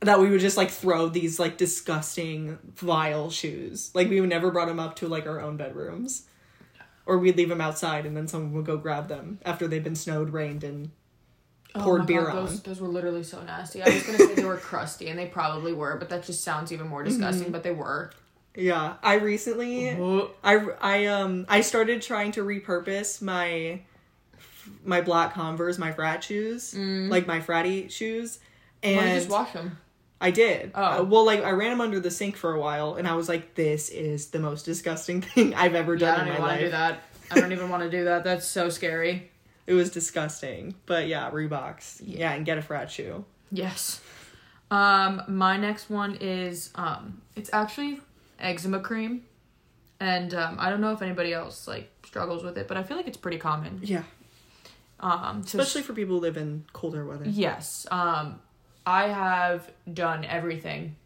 that we would just like throw these like disgusting vile shoes like we would never brought them up to like our own bedrooms or we'd leave them outside and then someone would go grab them after they've been snowed rained and Oh poured my beer God, those, on. those were literally so nasty. I was gonna say they were crusty, and they probably were, but that just sounds even Mm-hmm. more disgusting. But they were. yeah i recently i i um i started trying to repurpose my my black converse my frat shoes like my fratty shoes and Mm. Why don't you just wash them? I did. Oh. Uh, well, like I ran them under the sink for a while, and I was like, "This is the most disgusting thing I've ever Yeah, I done don't in even my want life." to do that. I don't even want to do that. That's so scary. It was disgusting. But yeah, Reeboks. Yeah, and get a frat shoe. Yes. Um, my next one is um, it's actually eczema cream, and um, I don't know if anybody else like struggles with it, but I feel like it's pretty common. Yeah. Um, so Especially for people who live in colder weather. Yes. Um, I have done everything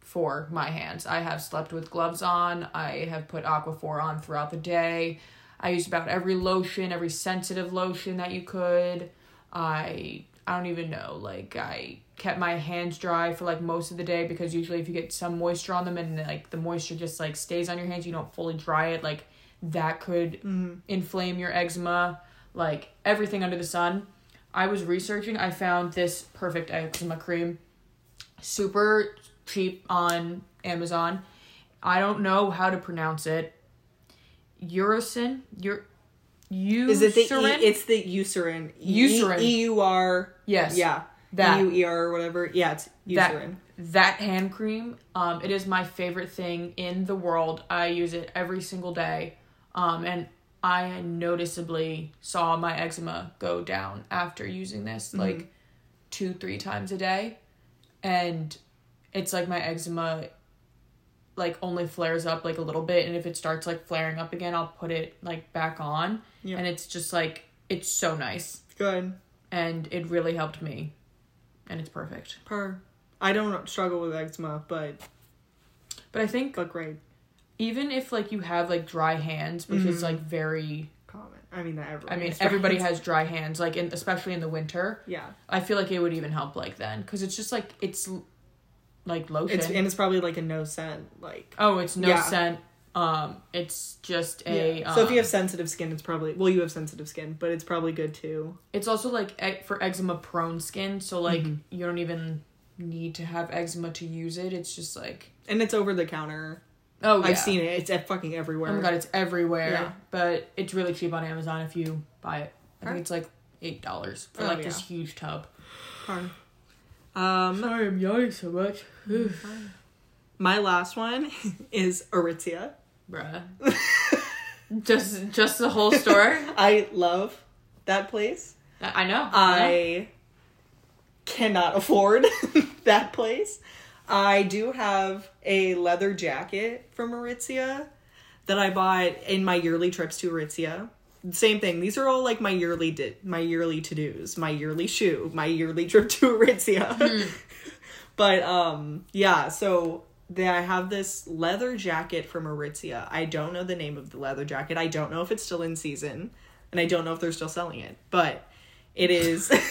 for my hands. I have slept with gloves on. I have put Aquaphor on throughout the day. I used about every lotion, every sensitive lotion that you could. I I don't even know. Like I kept my hands dry for like most of the day because usually if you get some moisture on them and like the moisture just like stays on your hands, you don't fully dry it. Like that could inflame your eczema. Like everything under the sun. I was researching, I found this perfect eczema cream. Super cheap on Amazon. I don't know how to pronounce it. Urocin? Ur- Is it the Eucerin? E? It's the Eucerin. Eucerin. E U R. Yes. Yeah. That. U E R or whatever. Yeah, it's Eucerin. That, that hand cream, um, it is my favorite thing in the world. I use it every single day, um, and I noticeably saw my eczema go down after using this, like two, three times a day, and it's like my eczema like only flares up like a little bit and if it starts like flaring up again i'll put it like back on Yeah. and it's just like it's so nice Good. and it really helped me and it's perfect Per. I don't struggle with eczema, but but i think but great. even if like you have like dry hands, which Mm-hmm. is like very Common. I mean that everyone I mean has everybody friends. has dry hands like in especially in the winter. Yeah. I feel like it would even help like then cuz it's just like it's l- like lotion. It's and it's probably like a no scent, like oh, it's no Yeah. scent. Um it's just a Yeah. So if you um, have sensitive skin, it's probably well, you have sensitive skin, but it's probably good too. it's also like e- for eczema prone skin, so like Mm-hmm. you don't even need to have eczema to use it. It's just like And it's over the counter. oh, yeah. I've seen it. It's at fucking everywhere. Oh my god, it's everywhere. Yeah. But it's really cheap on Amazon if you buy it. I think Alright. it's like eight dollars for Oh, like yeah. this huge tub. Hard. Um, Sorry, I'm yawning so much. my last one is Aritzia. Bruh. just just the whole store. I love that place. I I know. know. I cannot afford that place. I do have a leather jacket from Aritzia that I bought in my yearly trips to Aritzia. Same thing. These are all like my yearly di- my yearly to-dos, my yearly shoe, my yearly trip to Aritzia. but um yeah, so the- I have this leather jacket from Aritzia. I don't know the name of the leather jacket. I don't know if it's still in season, and I don't know if they're still selling it. But it is.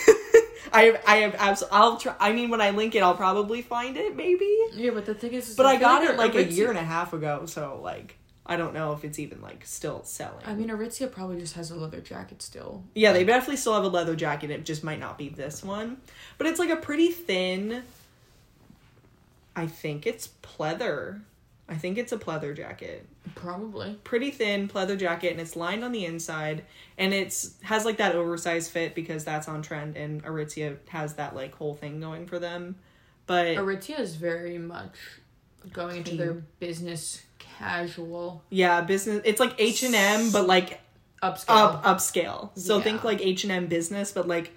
I have, I have abs- I'll try. I mean, when I link it, I'll probably find it, maybe. Yeah, but the thing is, is But I feel got it like a Aritzia- year and a half ago, so like I don't know if it's even like still selling. I mean, Aritzia probably just has a leather jacket still. yeah, they definitely still have a leather jacket. It just might not be this one, but it's like a pretty thin. I think it's pleather. I think it's a pleather jacket. Probably. Pretty thin pleather jacket, and it's lined on the inside, and it's has like that oversized fit because that's on trend, and Aritzia has that like whole thing going for them. But Aritzia is very much going into their business casual yeah, business. It's like H and M, but like upscale. up upscale. So Yeah. think like H and M business, but like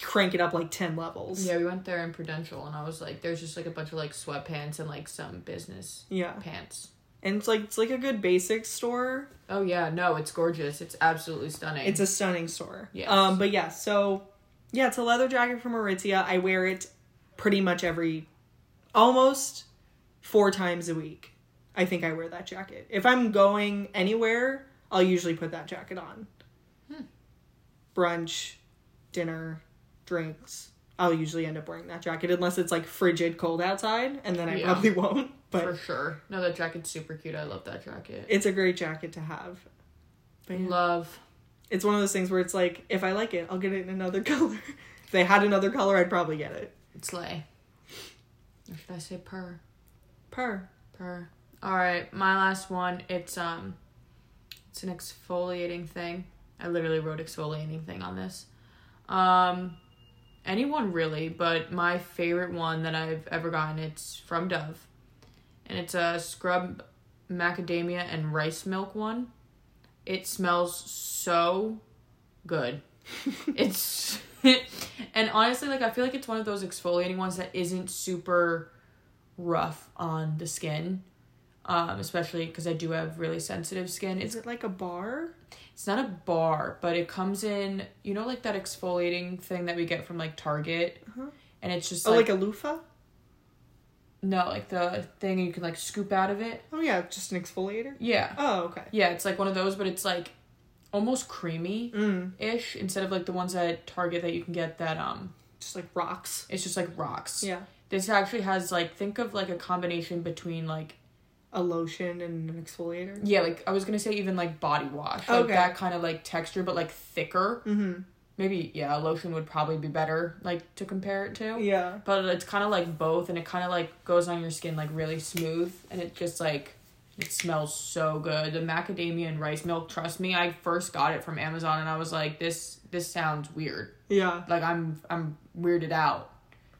crank it up like ten levels. Yeah, we went there in Prudential, and I was like, there's just like a bunch of like sweatpants and like some business Yeah. pants. and it's like it's like a good basic store. Oh yeah, no, it's gorgeous. It's absolutely stunning. It's a stunning store. Yes. Um, but yeah, so yeah, it's a leather jacket from Aritzia. I wear it pretty much every, almost four times a week. I think I wear that jacket. If I'm going anywhere, I'll usually put that jacket on. Hmm. Brunch, dinner, drinks. I'll usually end up wearing that jacket unless it's like frigid cold outside, and then I Yeah. probably won't. But for sure. No, that jacket's super cute. I love that jacket. it's a great jacket to have. But yeah. Love. it's one of those things where it's like if I like it, I'll get it in another color. if they had another color, I'd probably get it. Slay. Or should I say purr? Purr. Purr. Alright, my last one. It's um it's an exfoliating thing. I literally wrote exfoliating thing on this. Um anyone really, but my favorite one that I've ever gotten, it's from Dove. And it's a scrub macadamia and rice milk one. It smells so good. it's and honestly like I feel like it's one of those exfoliating ones that isn't super rough on the skin. Um, especially because I do have really sensitive skin. It's Is it like a bar? it's not a bar, but it comes in, you know, like that exfoliating thing that we get from like Target, and it's just oh, like, like a loofah? no, like the thing you can like scoop out of it. Oh yeah, just an exfoliator. Yeah, Oh okay. yeah, it's like one of those, but it's like almost creamy Mm. ish instead of like the ones at Target that you can get that um, Just like rocks. it's just like rocks. Yeah. This actually has like think of like a combination between like A lotion and an exfoliator. Yeah, like I was gonna say even like body wash, like Okay. that kind of like texture, but like thicker. Mm-hmm. Maybe yeah, a lotion would probably be better, like to compare it to. Yeah. But it's kind of like both, and it kind of like goes on your skin like really smooth, and it just like it smells so good. The macadamia and rice milk. Trust me, I first got it from Amazon, and I was like, this this sounds weird. Yeah. Like I'm I'm weirded out.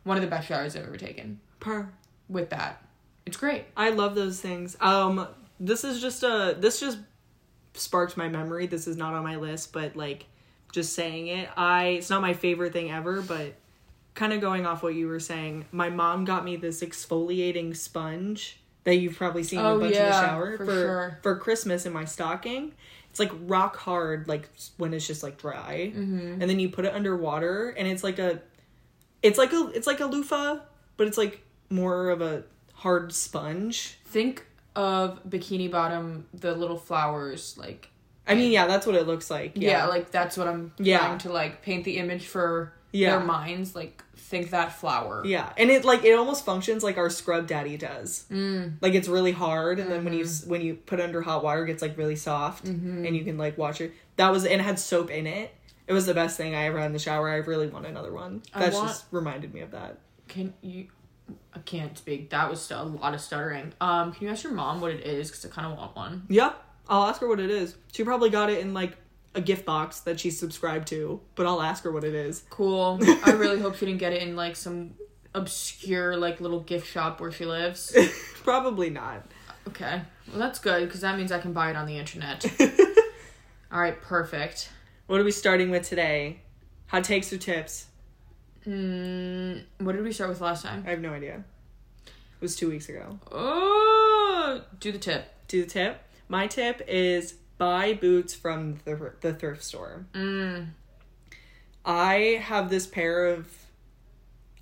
One of the best showers I've ever taken Purr. with that. It's great. I love those things. Um, this is just a this just sparked my memory. This is not on my list, but like just saying it, I it's not my favorite thing ever, but kind of going off what you were saying, my mom got me this exfoliating sponge that you've probably seen in Oh, a bunch in the yeah, shower for for sure. for Christmas in my stocking. It's like rock hard, like when it's just like dry, mm-hmm. and then you put it under water, and it's like a it's like a it's like a loofah, but it's like more of a hard sponge. Think of Bikini Bottom, the little flowers, like I mean, yeah, that's what it looks like. yeah, Yeah, like that's what I'm Yeah. trying to like paint the image for Yeah. their minds. Like think that flower. yeah, and it like it almost functions like our scrub daddy does. Mm. Like it's really hard, and then when you Mm-hmm. s- when you put it under hot water, it gets like really soft, and you can like wash it. That was and it had soap in it. It was the best thing I ever had in the shower. I really want another one. I That's want- just reminded me of that. Can you? I can't speak. That was a lot of stuttering. Um, can you ask your mom what it is? Cause I kind of want one. Yeah, I'll ask her what it is. She probably got it in like a gift box that she's subscribed to, but I'll ask her what it is. Cool. I really hope she didn't get it in like some obscure like little gift shop where she lives. Probably not. Okay. Well, that's good because that means I can buy it on the internet. All right, perfect. What are we starting with today? Hot takes or tips? Mm, what did we start with last time? I have no idea. It was two weeks ago. Oh, do the tip. Do the tip. My tip is buy boots from the thr- the thrift store. Mm, I have this pair of.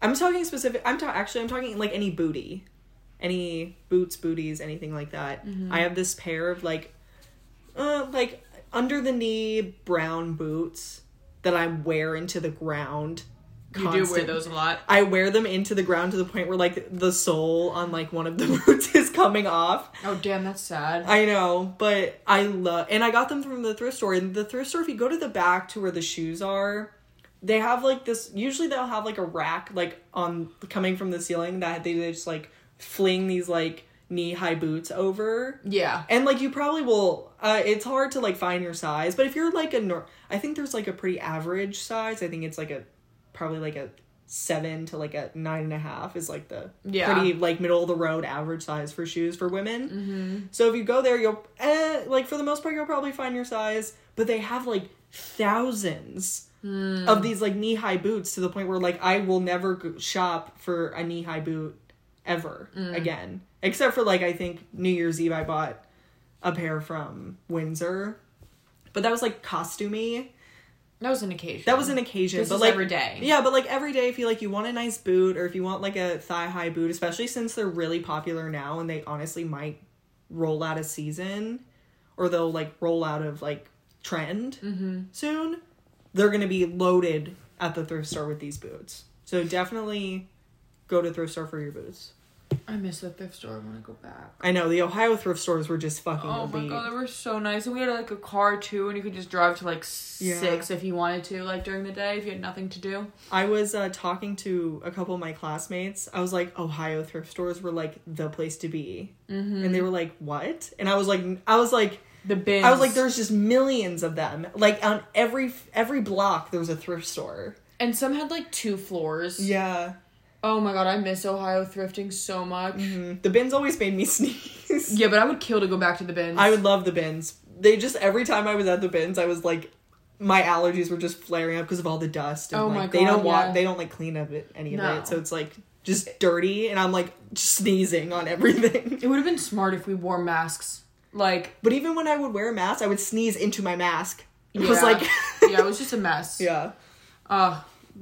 I'm talking specific. I'm ta- actually I'm talking like any booty, any boots, booties, anything like that. Mm-hmm. I have this pair of like, uh, like under the knee brown boots that I wear into the ground. you do wear constant- those a lot. I wear them into the ground to the point where like the sole on like one of the boots is coming off. Oh, damn, that's sad. I know, but I love and I got them from the thrift store. And the thrift store, if you go to the back to where the shoes are, they have like this usually they'll have like a rack like on coming from the ceiling that they just like fling these like knee high boots over. Yeah. And like you probably will uh it's hard to like find your size, but if you're like a nor- I think there's like a pretty average size. I think it's like a probably like a seven to like a nine and a half is like the Yeah. pretty like middle of the road average size for shoes for women. Mm-hmm. So if you go there, you'll eh, like for the most part you'll probably find your size, but they have like thousands Hmm. of these like knee high boots to the point where like I will never go- shop for a knee high boot ever Mm. again, except for like I think New Year's Eve I bought a pair from Windsor, but that was like costumey. That was an occasion. That was an occasion, This but is like every day. Yeah, but like every day, if you like, you want a nice boot, or if you want like a thigh high boot, especially since they're really popular now, and they honestly might roll out of season, or they'll like roll out of like trend Mm-hmm. soon. They're gonna be loaded at the thrift store with these boots, so definitely go to thrift store for your boots. I miss the thrift store. I want to go back. I know the Ohio thrift stores were just fucking Oh my elite. god, they were so nice. And we had like a car too, and you could just drive to like six if you wanted to, like during the day if you had nothing to do. I was uh, talking to a couple of my classmates. I was like, Ohio thrift stores were like the place to be, Mm-hmm. and they were like, "What?" And I was like, "I was like, The bins. I was like, there's just millions of them. Like on every every block, there's a thrift store. And some had like two floors. Yeah, Oh my god, I miss Ohio thrifting so much. Mhm. the bins always made me sneeze. Yeah, but I would kill to go back to the bins. I would love the bins. They just every time I was at the bins, I was like, my allergies were just flaring up because of all the dust. And Oh like, my They don't God, want. yeah. They don't like clean up it any of No. it. So it's like just dirty, and I'm like sneezing on everything. It would have been smart if we wore masks. Like, But even when I would wear a mask, I would sneeze into my mask. It was yeah. like, yeah, it was just a mess. yeah, Uh,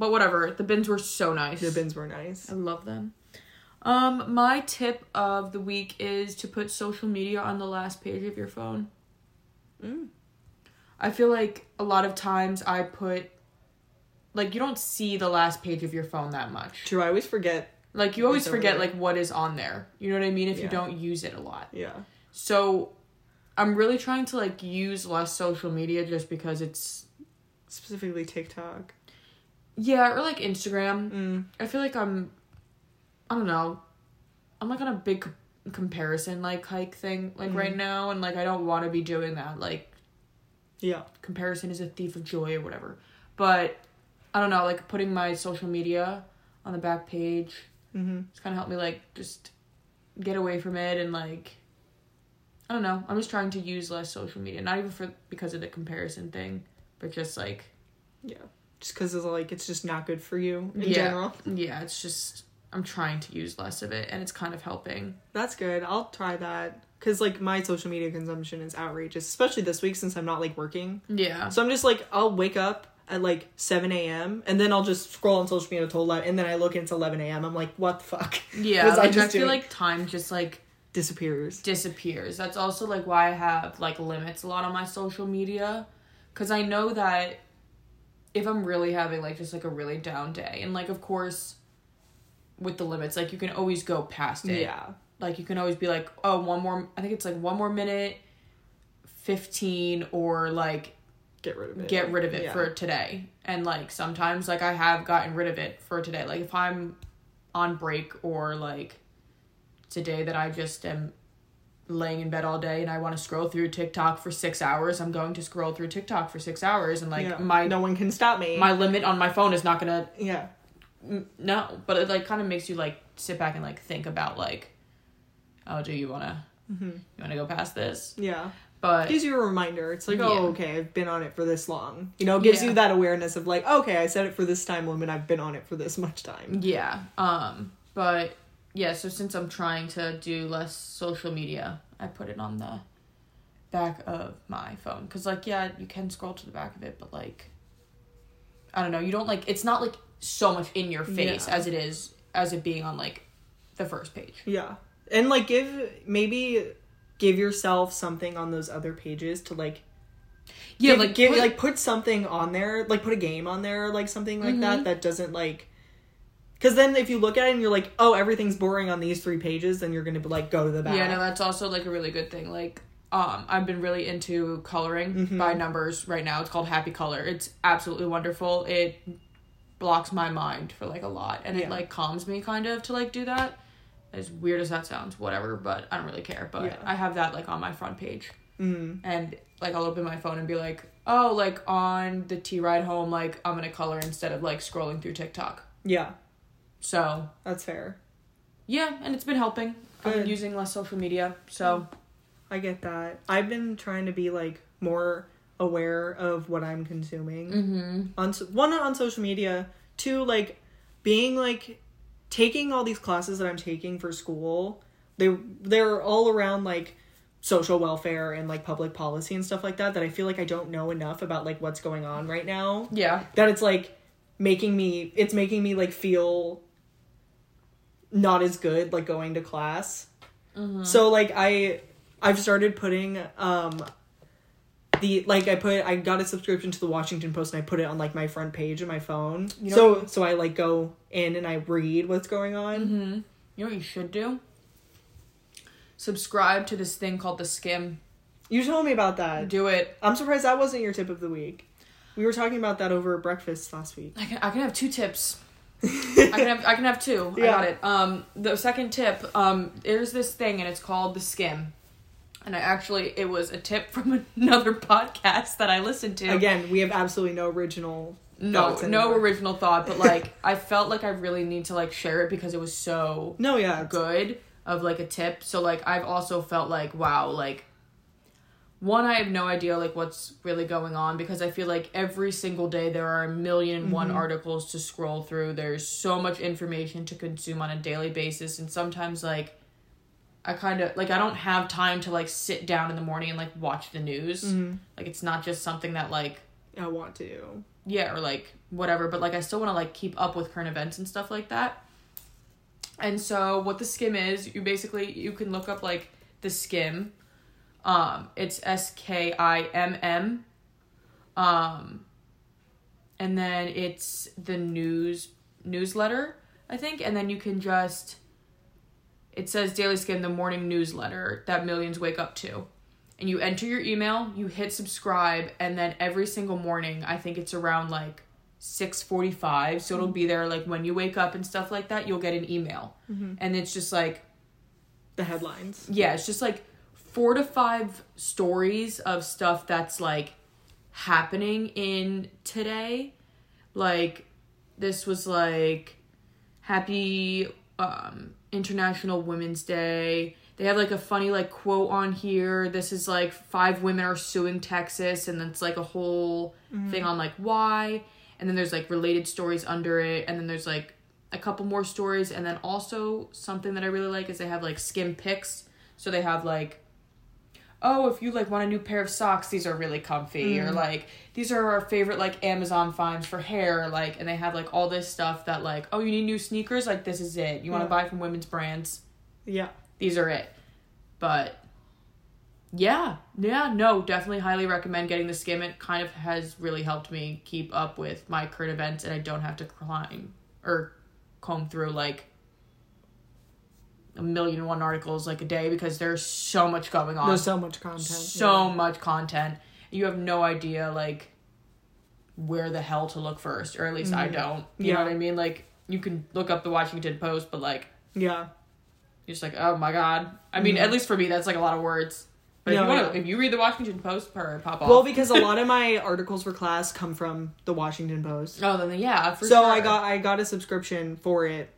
but whatever. The bins were so nice. the bins were nice. I love them. Um, my tip of the week is to put social media on the last page of your phone. I feel like a lot of times I put, like, you don't see the last page of your phone that much. True, I always forget. Like, you always It's over forget, there. like, what is on there. You know what I mean? If you Yeah. don't use it a lot. Yeah, So, I'm really trying to, like, use less social media just because it's, specifically TikTok. yeah, or, like, Instagram. Mm. I feel like I'm, I don't know, I'm like on a big c- comparison like hike thing like right now, and like I don't want to be doing that. Like Yeah, comparison is a thief of joy or whatever. But I don't know, like putting my social media on the back page, Mhm. it's kind of helped me like just get away from it and like. I don't know. I'm just trying to use less social media, not even for because of the comparison thing, but just like yeah. Just because it's like it's just not good for you in yeah, general. yeah. It's just I'm trying to use less of it, and it's kind of helping. That's good. I'll try that because like my social media consumption is outrageous, especially this week since I'm not like working. Yeah. So I'm just like I'll wake up at like 7 a.m. and then I'll just scroll on social media till 11, and then I look and it's 11 a.m. I'm like, what the fuck? Yeah, Was like, I, just feel doing- like time just like disappears. disappears. That's also like why I have like limits a lot on my social media cuz I know that if I'm really having like just like a really down day and like of course with the limits like you can always go past it. Yeah. Like you can always be like, "Oh, one more I think it's like one more minute 15 or like Get rid of it. get rid of it Yeah. for today. And like sometimes like I have gotten rid of it for today. Like if I'm on break or like it's a day that I just am laying in bed all day and I want to scroll through TikTok for six hours, I'm going to scroll through TikTok for six hours, and like Yeah. my no one can stop me. my limit on my phone is not gonna yeah. n- no, but it like kind of makes you like sit back and like think about like, oh, do you wanna Mm-hmm. you wanna go past this? Yeah. But Gives you a reminder. It's like, Yeah. oh, okay, I've been on it for this long. You know, it gives Yeah. you that awareness of like, okay, I set it for this time limit. I've been on it for this much time. Yeah. Um, but yeah, so since I'm trying to do less social media, I put it on the back of my phone cuz like yeah, you can scroll to the back of it, but like I don't know, you don't like it's not like so much in your face Yeah. as it is as it being on like the first page. Yeah. And like, give maybe give yourself something on those other pages to like Yeah, give, like give put- like put something on there, like put a game on there, like something like Mm-hmm. that that doesn't like. Because then if you look at it and you're like, oh, everything's boring on these three pages, then you're gonna be like, go to the back. Yeah, no, that's also like a really good thing. Like, um, I've been really into coloring Mm-hmm. by numbers right now. It's called Happy Color. It's absolutely wonderful. It blocks my mind for like a lot, and Yeah. it like calms me kind of to like do that. As weird as that sounds, whatever, but I don't really care. But Yeah. I have that like on my front page, mm. and like I'll open my phone and be like, oh, like on the T ride home, like I'm gonna color instead of like scrolling through TikTok. yeah, So that's fair. yeah, and it's been helping. I've been Good. using less social media, so. I get that. I've been trying to be like more aware of what I'm consuming. Mm-hmm. On so- one on social media, two like being like taking all these classes that I'm taking for school. They they're all around like social welfare and like public policy and stuff like that that I feel like I don't know enough about like what's going on right now. Yeah. That it's like making me it's making me like feel not as good like going to class. Mm-hmm. So like I I've started putting um the like I put I got a subscription to the Washington Post and I put it on like my front page of my phone. You know- so so I like go in and I read what's going on. Mm-hmm. You know what you should do? Subscribe to this thing called the skim. You told me about that. Do it. I'm surprised that wasn't your tip of the week. We were talking about that over breakfast last week. I can, I can have two tips. I can have I can have two. I got Yeah. it. Um the second tip, um there's this thing and it's called the skim. And I actually it was a tip from another podcast that I listened to. Again, we have absolutely no original no thoughts no anymore. original thought, but like I felt like I really need to like share it because it was so No, yeah. it's- good of like a tip. So like I've also felt like wow, like one I have no idea like what's really going on because I feel like every single day there are a million and one articles to scroll through. There's so much information to consume on a daily basis and sometimes like I kind of like I don't have time to like sit down in the morning and like watch the news. Like it's not just something that like I want to. yeah or like whatever but like i still want to like keep up with current events and stuff like that and so what the skim is you basically you can look up like the skim um it's s-k-i-m-m um and then it's the news newsletter i think and then you can just it says daily skim the morning newsletter that millions wake up to and you enter your email, you hit subscribe, and then every single morning, I think it's around like 6:45, so it'll be there like when you wake up and stuff like that, you'll get an email. And it's just like The headlines. yeah, it's just like four to five stories of stuff that's like happening in today. Like this was like happy um International Women's Day. They have like a funny like quote on here. This is like five women are suing Texas and it's like a whole thing on like why. And then there's like related stories under it and then there's like a couple more stories and then also something that I really like is they have like skim picks. So they have like oh, if you like want a new pair of socks, these are really comfy, Mm. or like these are our favorite like Amazon finds for hair, like, and they have like all this stuff that like, oh, you need new sneakers, like this is it. You want to Yeah. buy from women's brands, Yeah. these are it. But yeah, yeah, no, definitely highly recommend getting the skim. It kind of has really helped me keep up with my current events, and I don't have to climb or comb through like a million and one articles like a day because there's so much going on There's so much content. so much content. You have no idea like where the hell to look first, or at least I don't. You Mm-hmm. Yeah. know what I mean? Like you can look up the Washington Post, but like Yeah. You're just like, oh my god. I mean, at least for me, that's like a lot of words. But if No, you want Mm-hmm. yeah. to, if you read the Washington Post per pop off. Well, because a lot of my articles for class come from the Washington Post. oh, then yeah, for so sure. I got I got a subscription for it.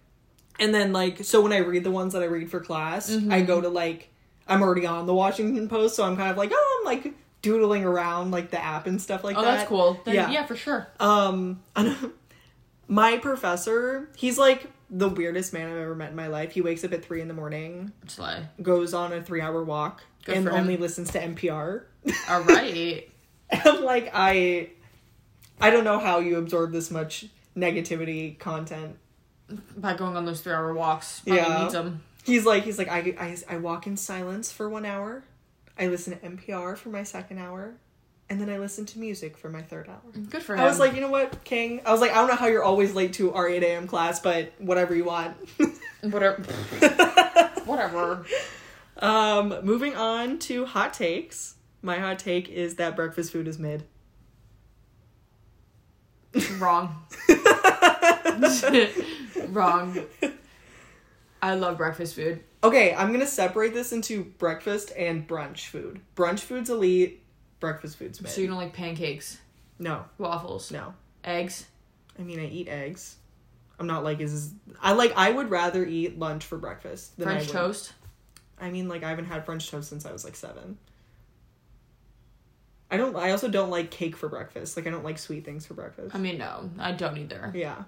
And then like so when I read the ones that I read for class, Mm-hmm. I go to like I'm already on the Washington Post, so I'm kind of like, oh, I'm like doodling around like the app and stuff like Oh, that. that's cool. Then, yeah. yeah. for sure. Um I don't- my professor, he's like the weirdest man I've ever met in my life. He wakes up at three in the morning, Slay. goes on a three hour walk, Good and for him. only listens to NPR. All right. I'm like I I don't know how you absorb this much negativity content. By going on those three hour walks, probably Yeah. needs 'em. He's like he's like I I I walk in silence for 1 hour. I listen to NPR for my second hour. And then I listen to music for my third hour. Good for him. I was like, you know what, King? I was like, I don't know how you're always late to our 8 a.m. class, but whatever you want. whatever. whatever. um, moving on to hot takes. My hot take is that breakfast food is mid. Wrong. Wrong. I love breakfast food. Okay, I'm gonna separate this into breakfast and brunch food. Brunch food's elite, breakfast food's mid. So you don't like pancakes, no, waffles, no. eggs. I mean, I eat eggs. I'm not like is I like I would rather eat lunch for breakfast than I French would- toast. I mean, like I haven't had French toast since I was like seven. I don't. I also don't like cake for breakfast. Like I don't like sweet things for breakfast. I mean, no, I don't either. yeah,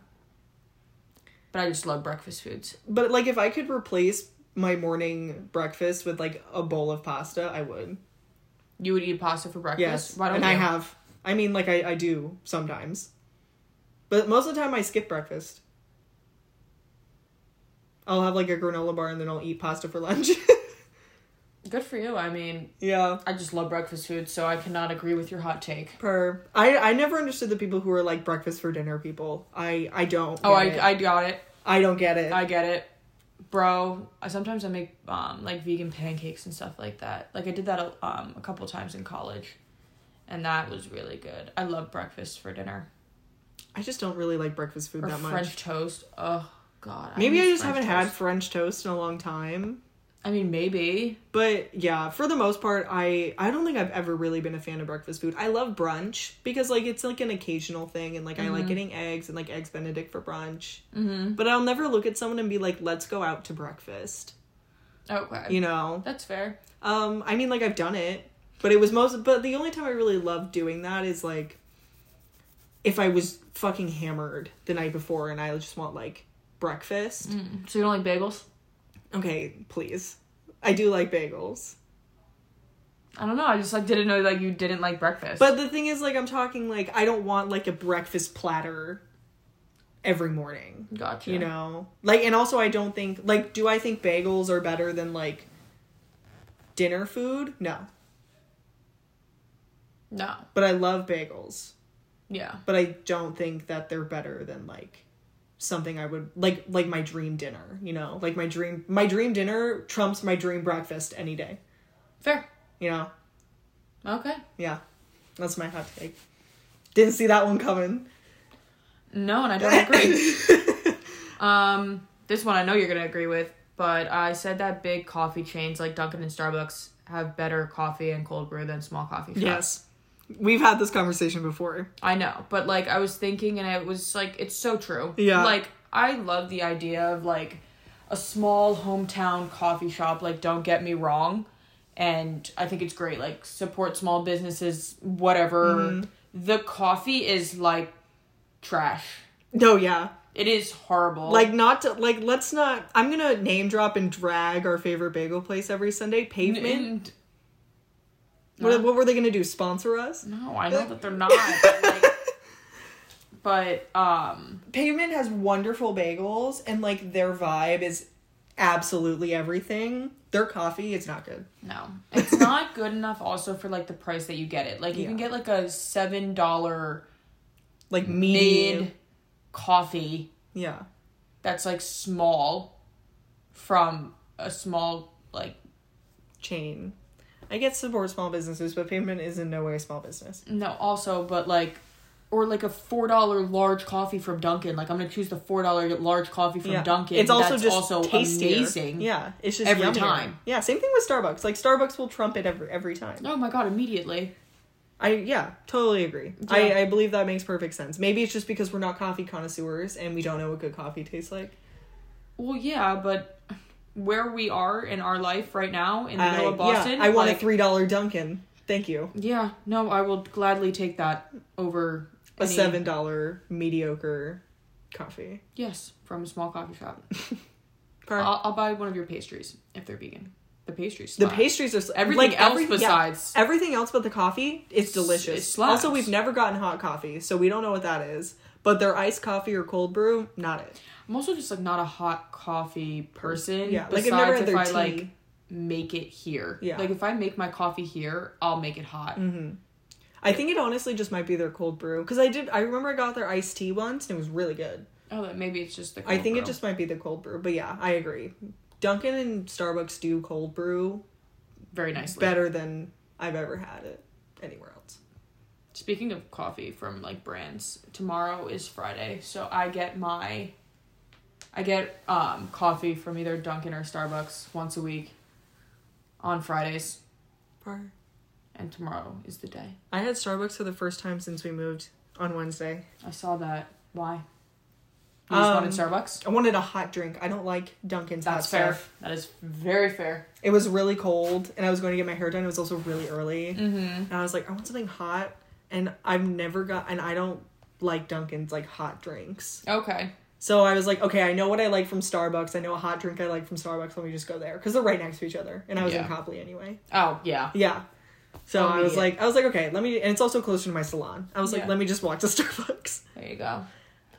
But I just love breakfast foods. but like if I could replace my morning breakfast with like a bowl of pasta, I would. You would eat pasta for breakfast. Yes, Why don't and you? I have. I mean, like I I do sometimes, but most of the time I skip breakfast. I'll have like a granola bar and then I'll eat pasta for lunch. Good for you. I mean, yeah. I just love breakfast food, so I cannot agree with your hot take. Per. I I never understood the people who are like breakfast for dinner people. I I don't. Oh, get it. I, I got it. I don't get it. I get it, bro. I, sometimes I make um like vegan pancakes and stuff like that. Like I did that a- um a couple times in college, and that was really good. I love breakfast for dinner I just don't really like breakfast food or that much. French toast. Oh God. maybe I miss just French haven't had toast. French toast in a long time. I mean, maybe. But yeah, for the most part, I I don't think I've ever really been a fan of breakfast food. I love brunch because like it's like an occasional thing, and like I like getting eggs and like eggs Benedict for brunch. Mm-hmm. But I'll never look at someone and be like, "Let's go out to breakfast," Okay. you know. That's fair. Um, I mean, like I've done it, but it was most. But the only time I really loved doing that is like if I was fucking hammered the night before and I just want like breakfast. Hmm. So you don't like bagels? Okay, please. I do like bagels. I don't know. I just like didn't know like you didn't like breakfast. But the thing is, like, I'm talking like I don't want like a breakfast platter every morning. gotcha. You know, like, and also I don't think like do I think bagels are better than like dinner food? No, No. but I love bagels. Yeah. But I don't think that they're better than like something I would like like my dream dinner. You know, like my dream my dream dinner trumps my dream breakfast any day. Fair. You know, Okay. yeah, that's my hot take. Didn't see that one coming. No, and I don't agree. um, this one I know you're gonna agree with, but I said that big coffee chains like Dunkin' and Starbucks have better coffee and cold brew than small coffee shops. Yes. We've had this conversation before. I know, but like I was thinking, and it was like it's so true. Yeah. Like I love the idea of like a small hometown coffee shop. Like, don't get me wrong, and I think it's great. Like, support small businesses, whatever. Mm-hmm. The coffee is like trash. No, yeah. It is horrible. Like not to like let's not I'm gonna name drop and drag our favorite bagel place every Sunday, pavement. And- What, what were they gonna do? Sponsor us? No, I know that they're not. But, like, but um, Pavement has wonderful bagels and like their vibe is absolutely everything. Their coffee is not good. no, it's not good enough. Also for like the price that you get it, like you can Yeah. get like a seven dollar Like mid medium. coffee Yeah. that's like small from a small like Chain. I get support small businesses, but pavement is in no way a small business. no also but like or like a four dollar large coffee from Dunkin'. Like I'm gonna choose the four dollar large coffee from yeah. Dunkin'. It's also That's just also tastier. amazing. Yeah, it's just every yummier. time. Yeah, same thing with Starbucks. Like Starbucks will trump it every every time. Oh my god! Immediately. I yeah, totally agree. Yeah. I I believe that makes perfect sense. Maybe it's just because we're not coffee connoisseurs and we don't know what good coffee tastes like. Well, yeah, but where we are in our life right now in the I- middle of Boston, yeah, I want like- a three dollar Dunkin'. Thank you. Yeah, no, I will gladly take that over A any- seven dollar mediocre coffee. Yes, from a small coffee shop. Par- I'll, I'll buy one of your pastries if they're vegan. The pastries. the slap. pastries are s- Everything like, else every- yeah, besides. everything else but the coffee is delicious. it slaps. also, we've never gotten hot coffee, so we don't know what that is. But their iced coffee or cold brew, not it. I'm also just like not a hot coffee person. Yeah, like besides I've never had if their I tea. like make it here. Yeah. Mm-hmm. Like if I make my coffee here, I'll make it hot. I think it honestly just might be their cold brew because I did. I remember I got their iced tea once and it was really good. Oh, that maybe it's just the. I cold think it brew. just might be the cold brew, but yeah, I agree. Dunkin' and Starbucks do cold brew very nicely. better than I've ever had it anywhere else. Speaking of coffee from like brands, tomorrow is Friday, so I get my I get um coffee from either Dunkin' or Starbucks once a week on Fridays, and tomorrow is the day. I had Starbucks for the first time since we moved on Wednesday. I saw that. Why? You just wanted Starbucks? I wanted a hot drink. I don't like Dunkin's Um, That's hot fair. stuff. That is very fair. It was really cold, and I was going to get my hair done. It was also really early, Mm. Mm-hmm. and I was like, I want something hot, and I've never got, and I don't like Dunkin's like hot drinks. Okay. So I was like, okay, I know what I like from Starbucks. I know a hot drink I like from Starbucks. Let me just go there because they're right next to each other, and I was Yeah. in Copley anyway. Oh yeah. Yeah. So I was Immediate. like, I was like, okay, let me, and it's also closer to my salon. I was Yeah. like, let me just walk to Starbucks. There you go.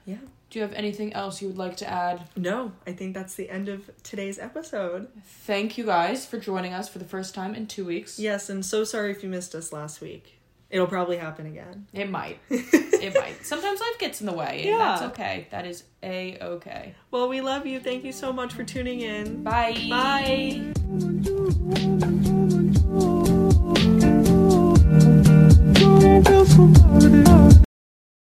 Yeah. Do you have anything else you would like to add? No, I think that's the end of today's episode. Thank you guys for joining us for the first time in two weeks. Yes, and so sorry if you missed us last week. It'll probably happen again. It might. it might. Sometimes life gets in the way. And Yeah. That's okay. That is a okay. Well, we love you. Thank you so much for tuning in. Bye. Bye. woman, woman,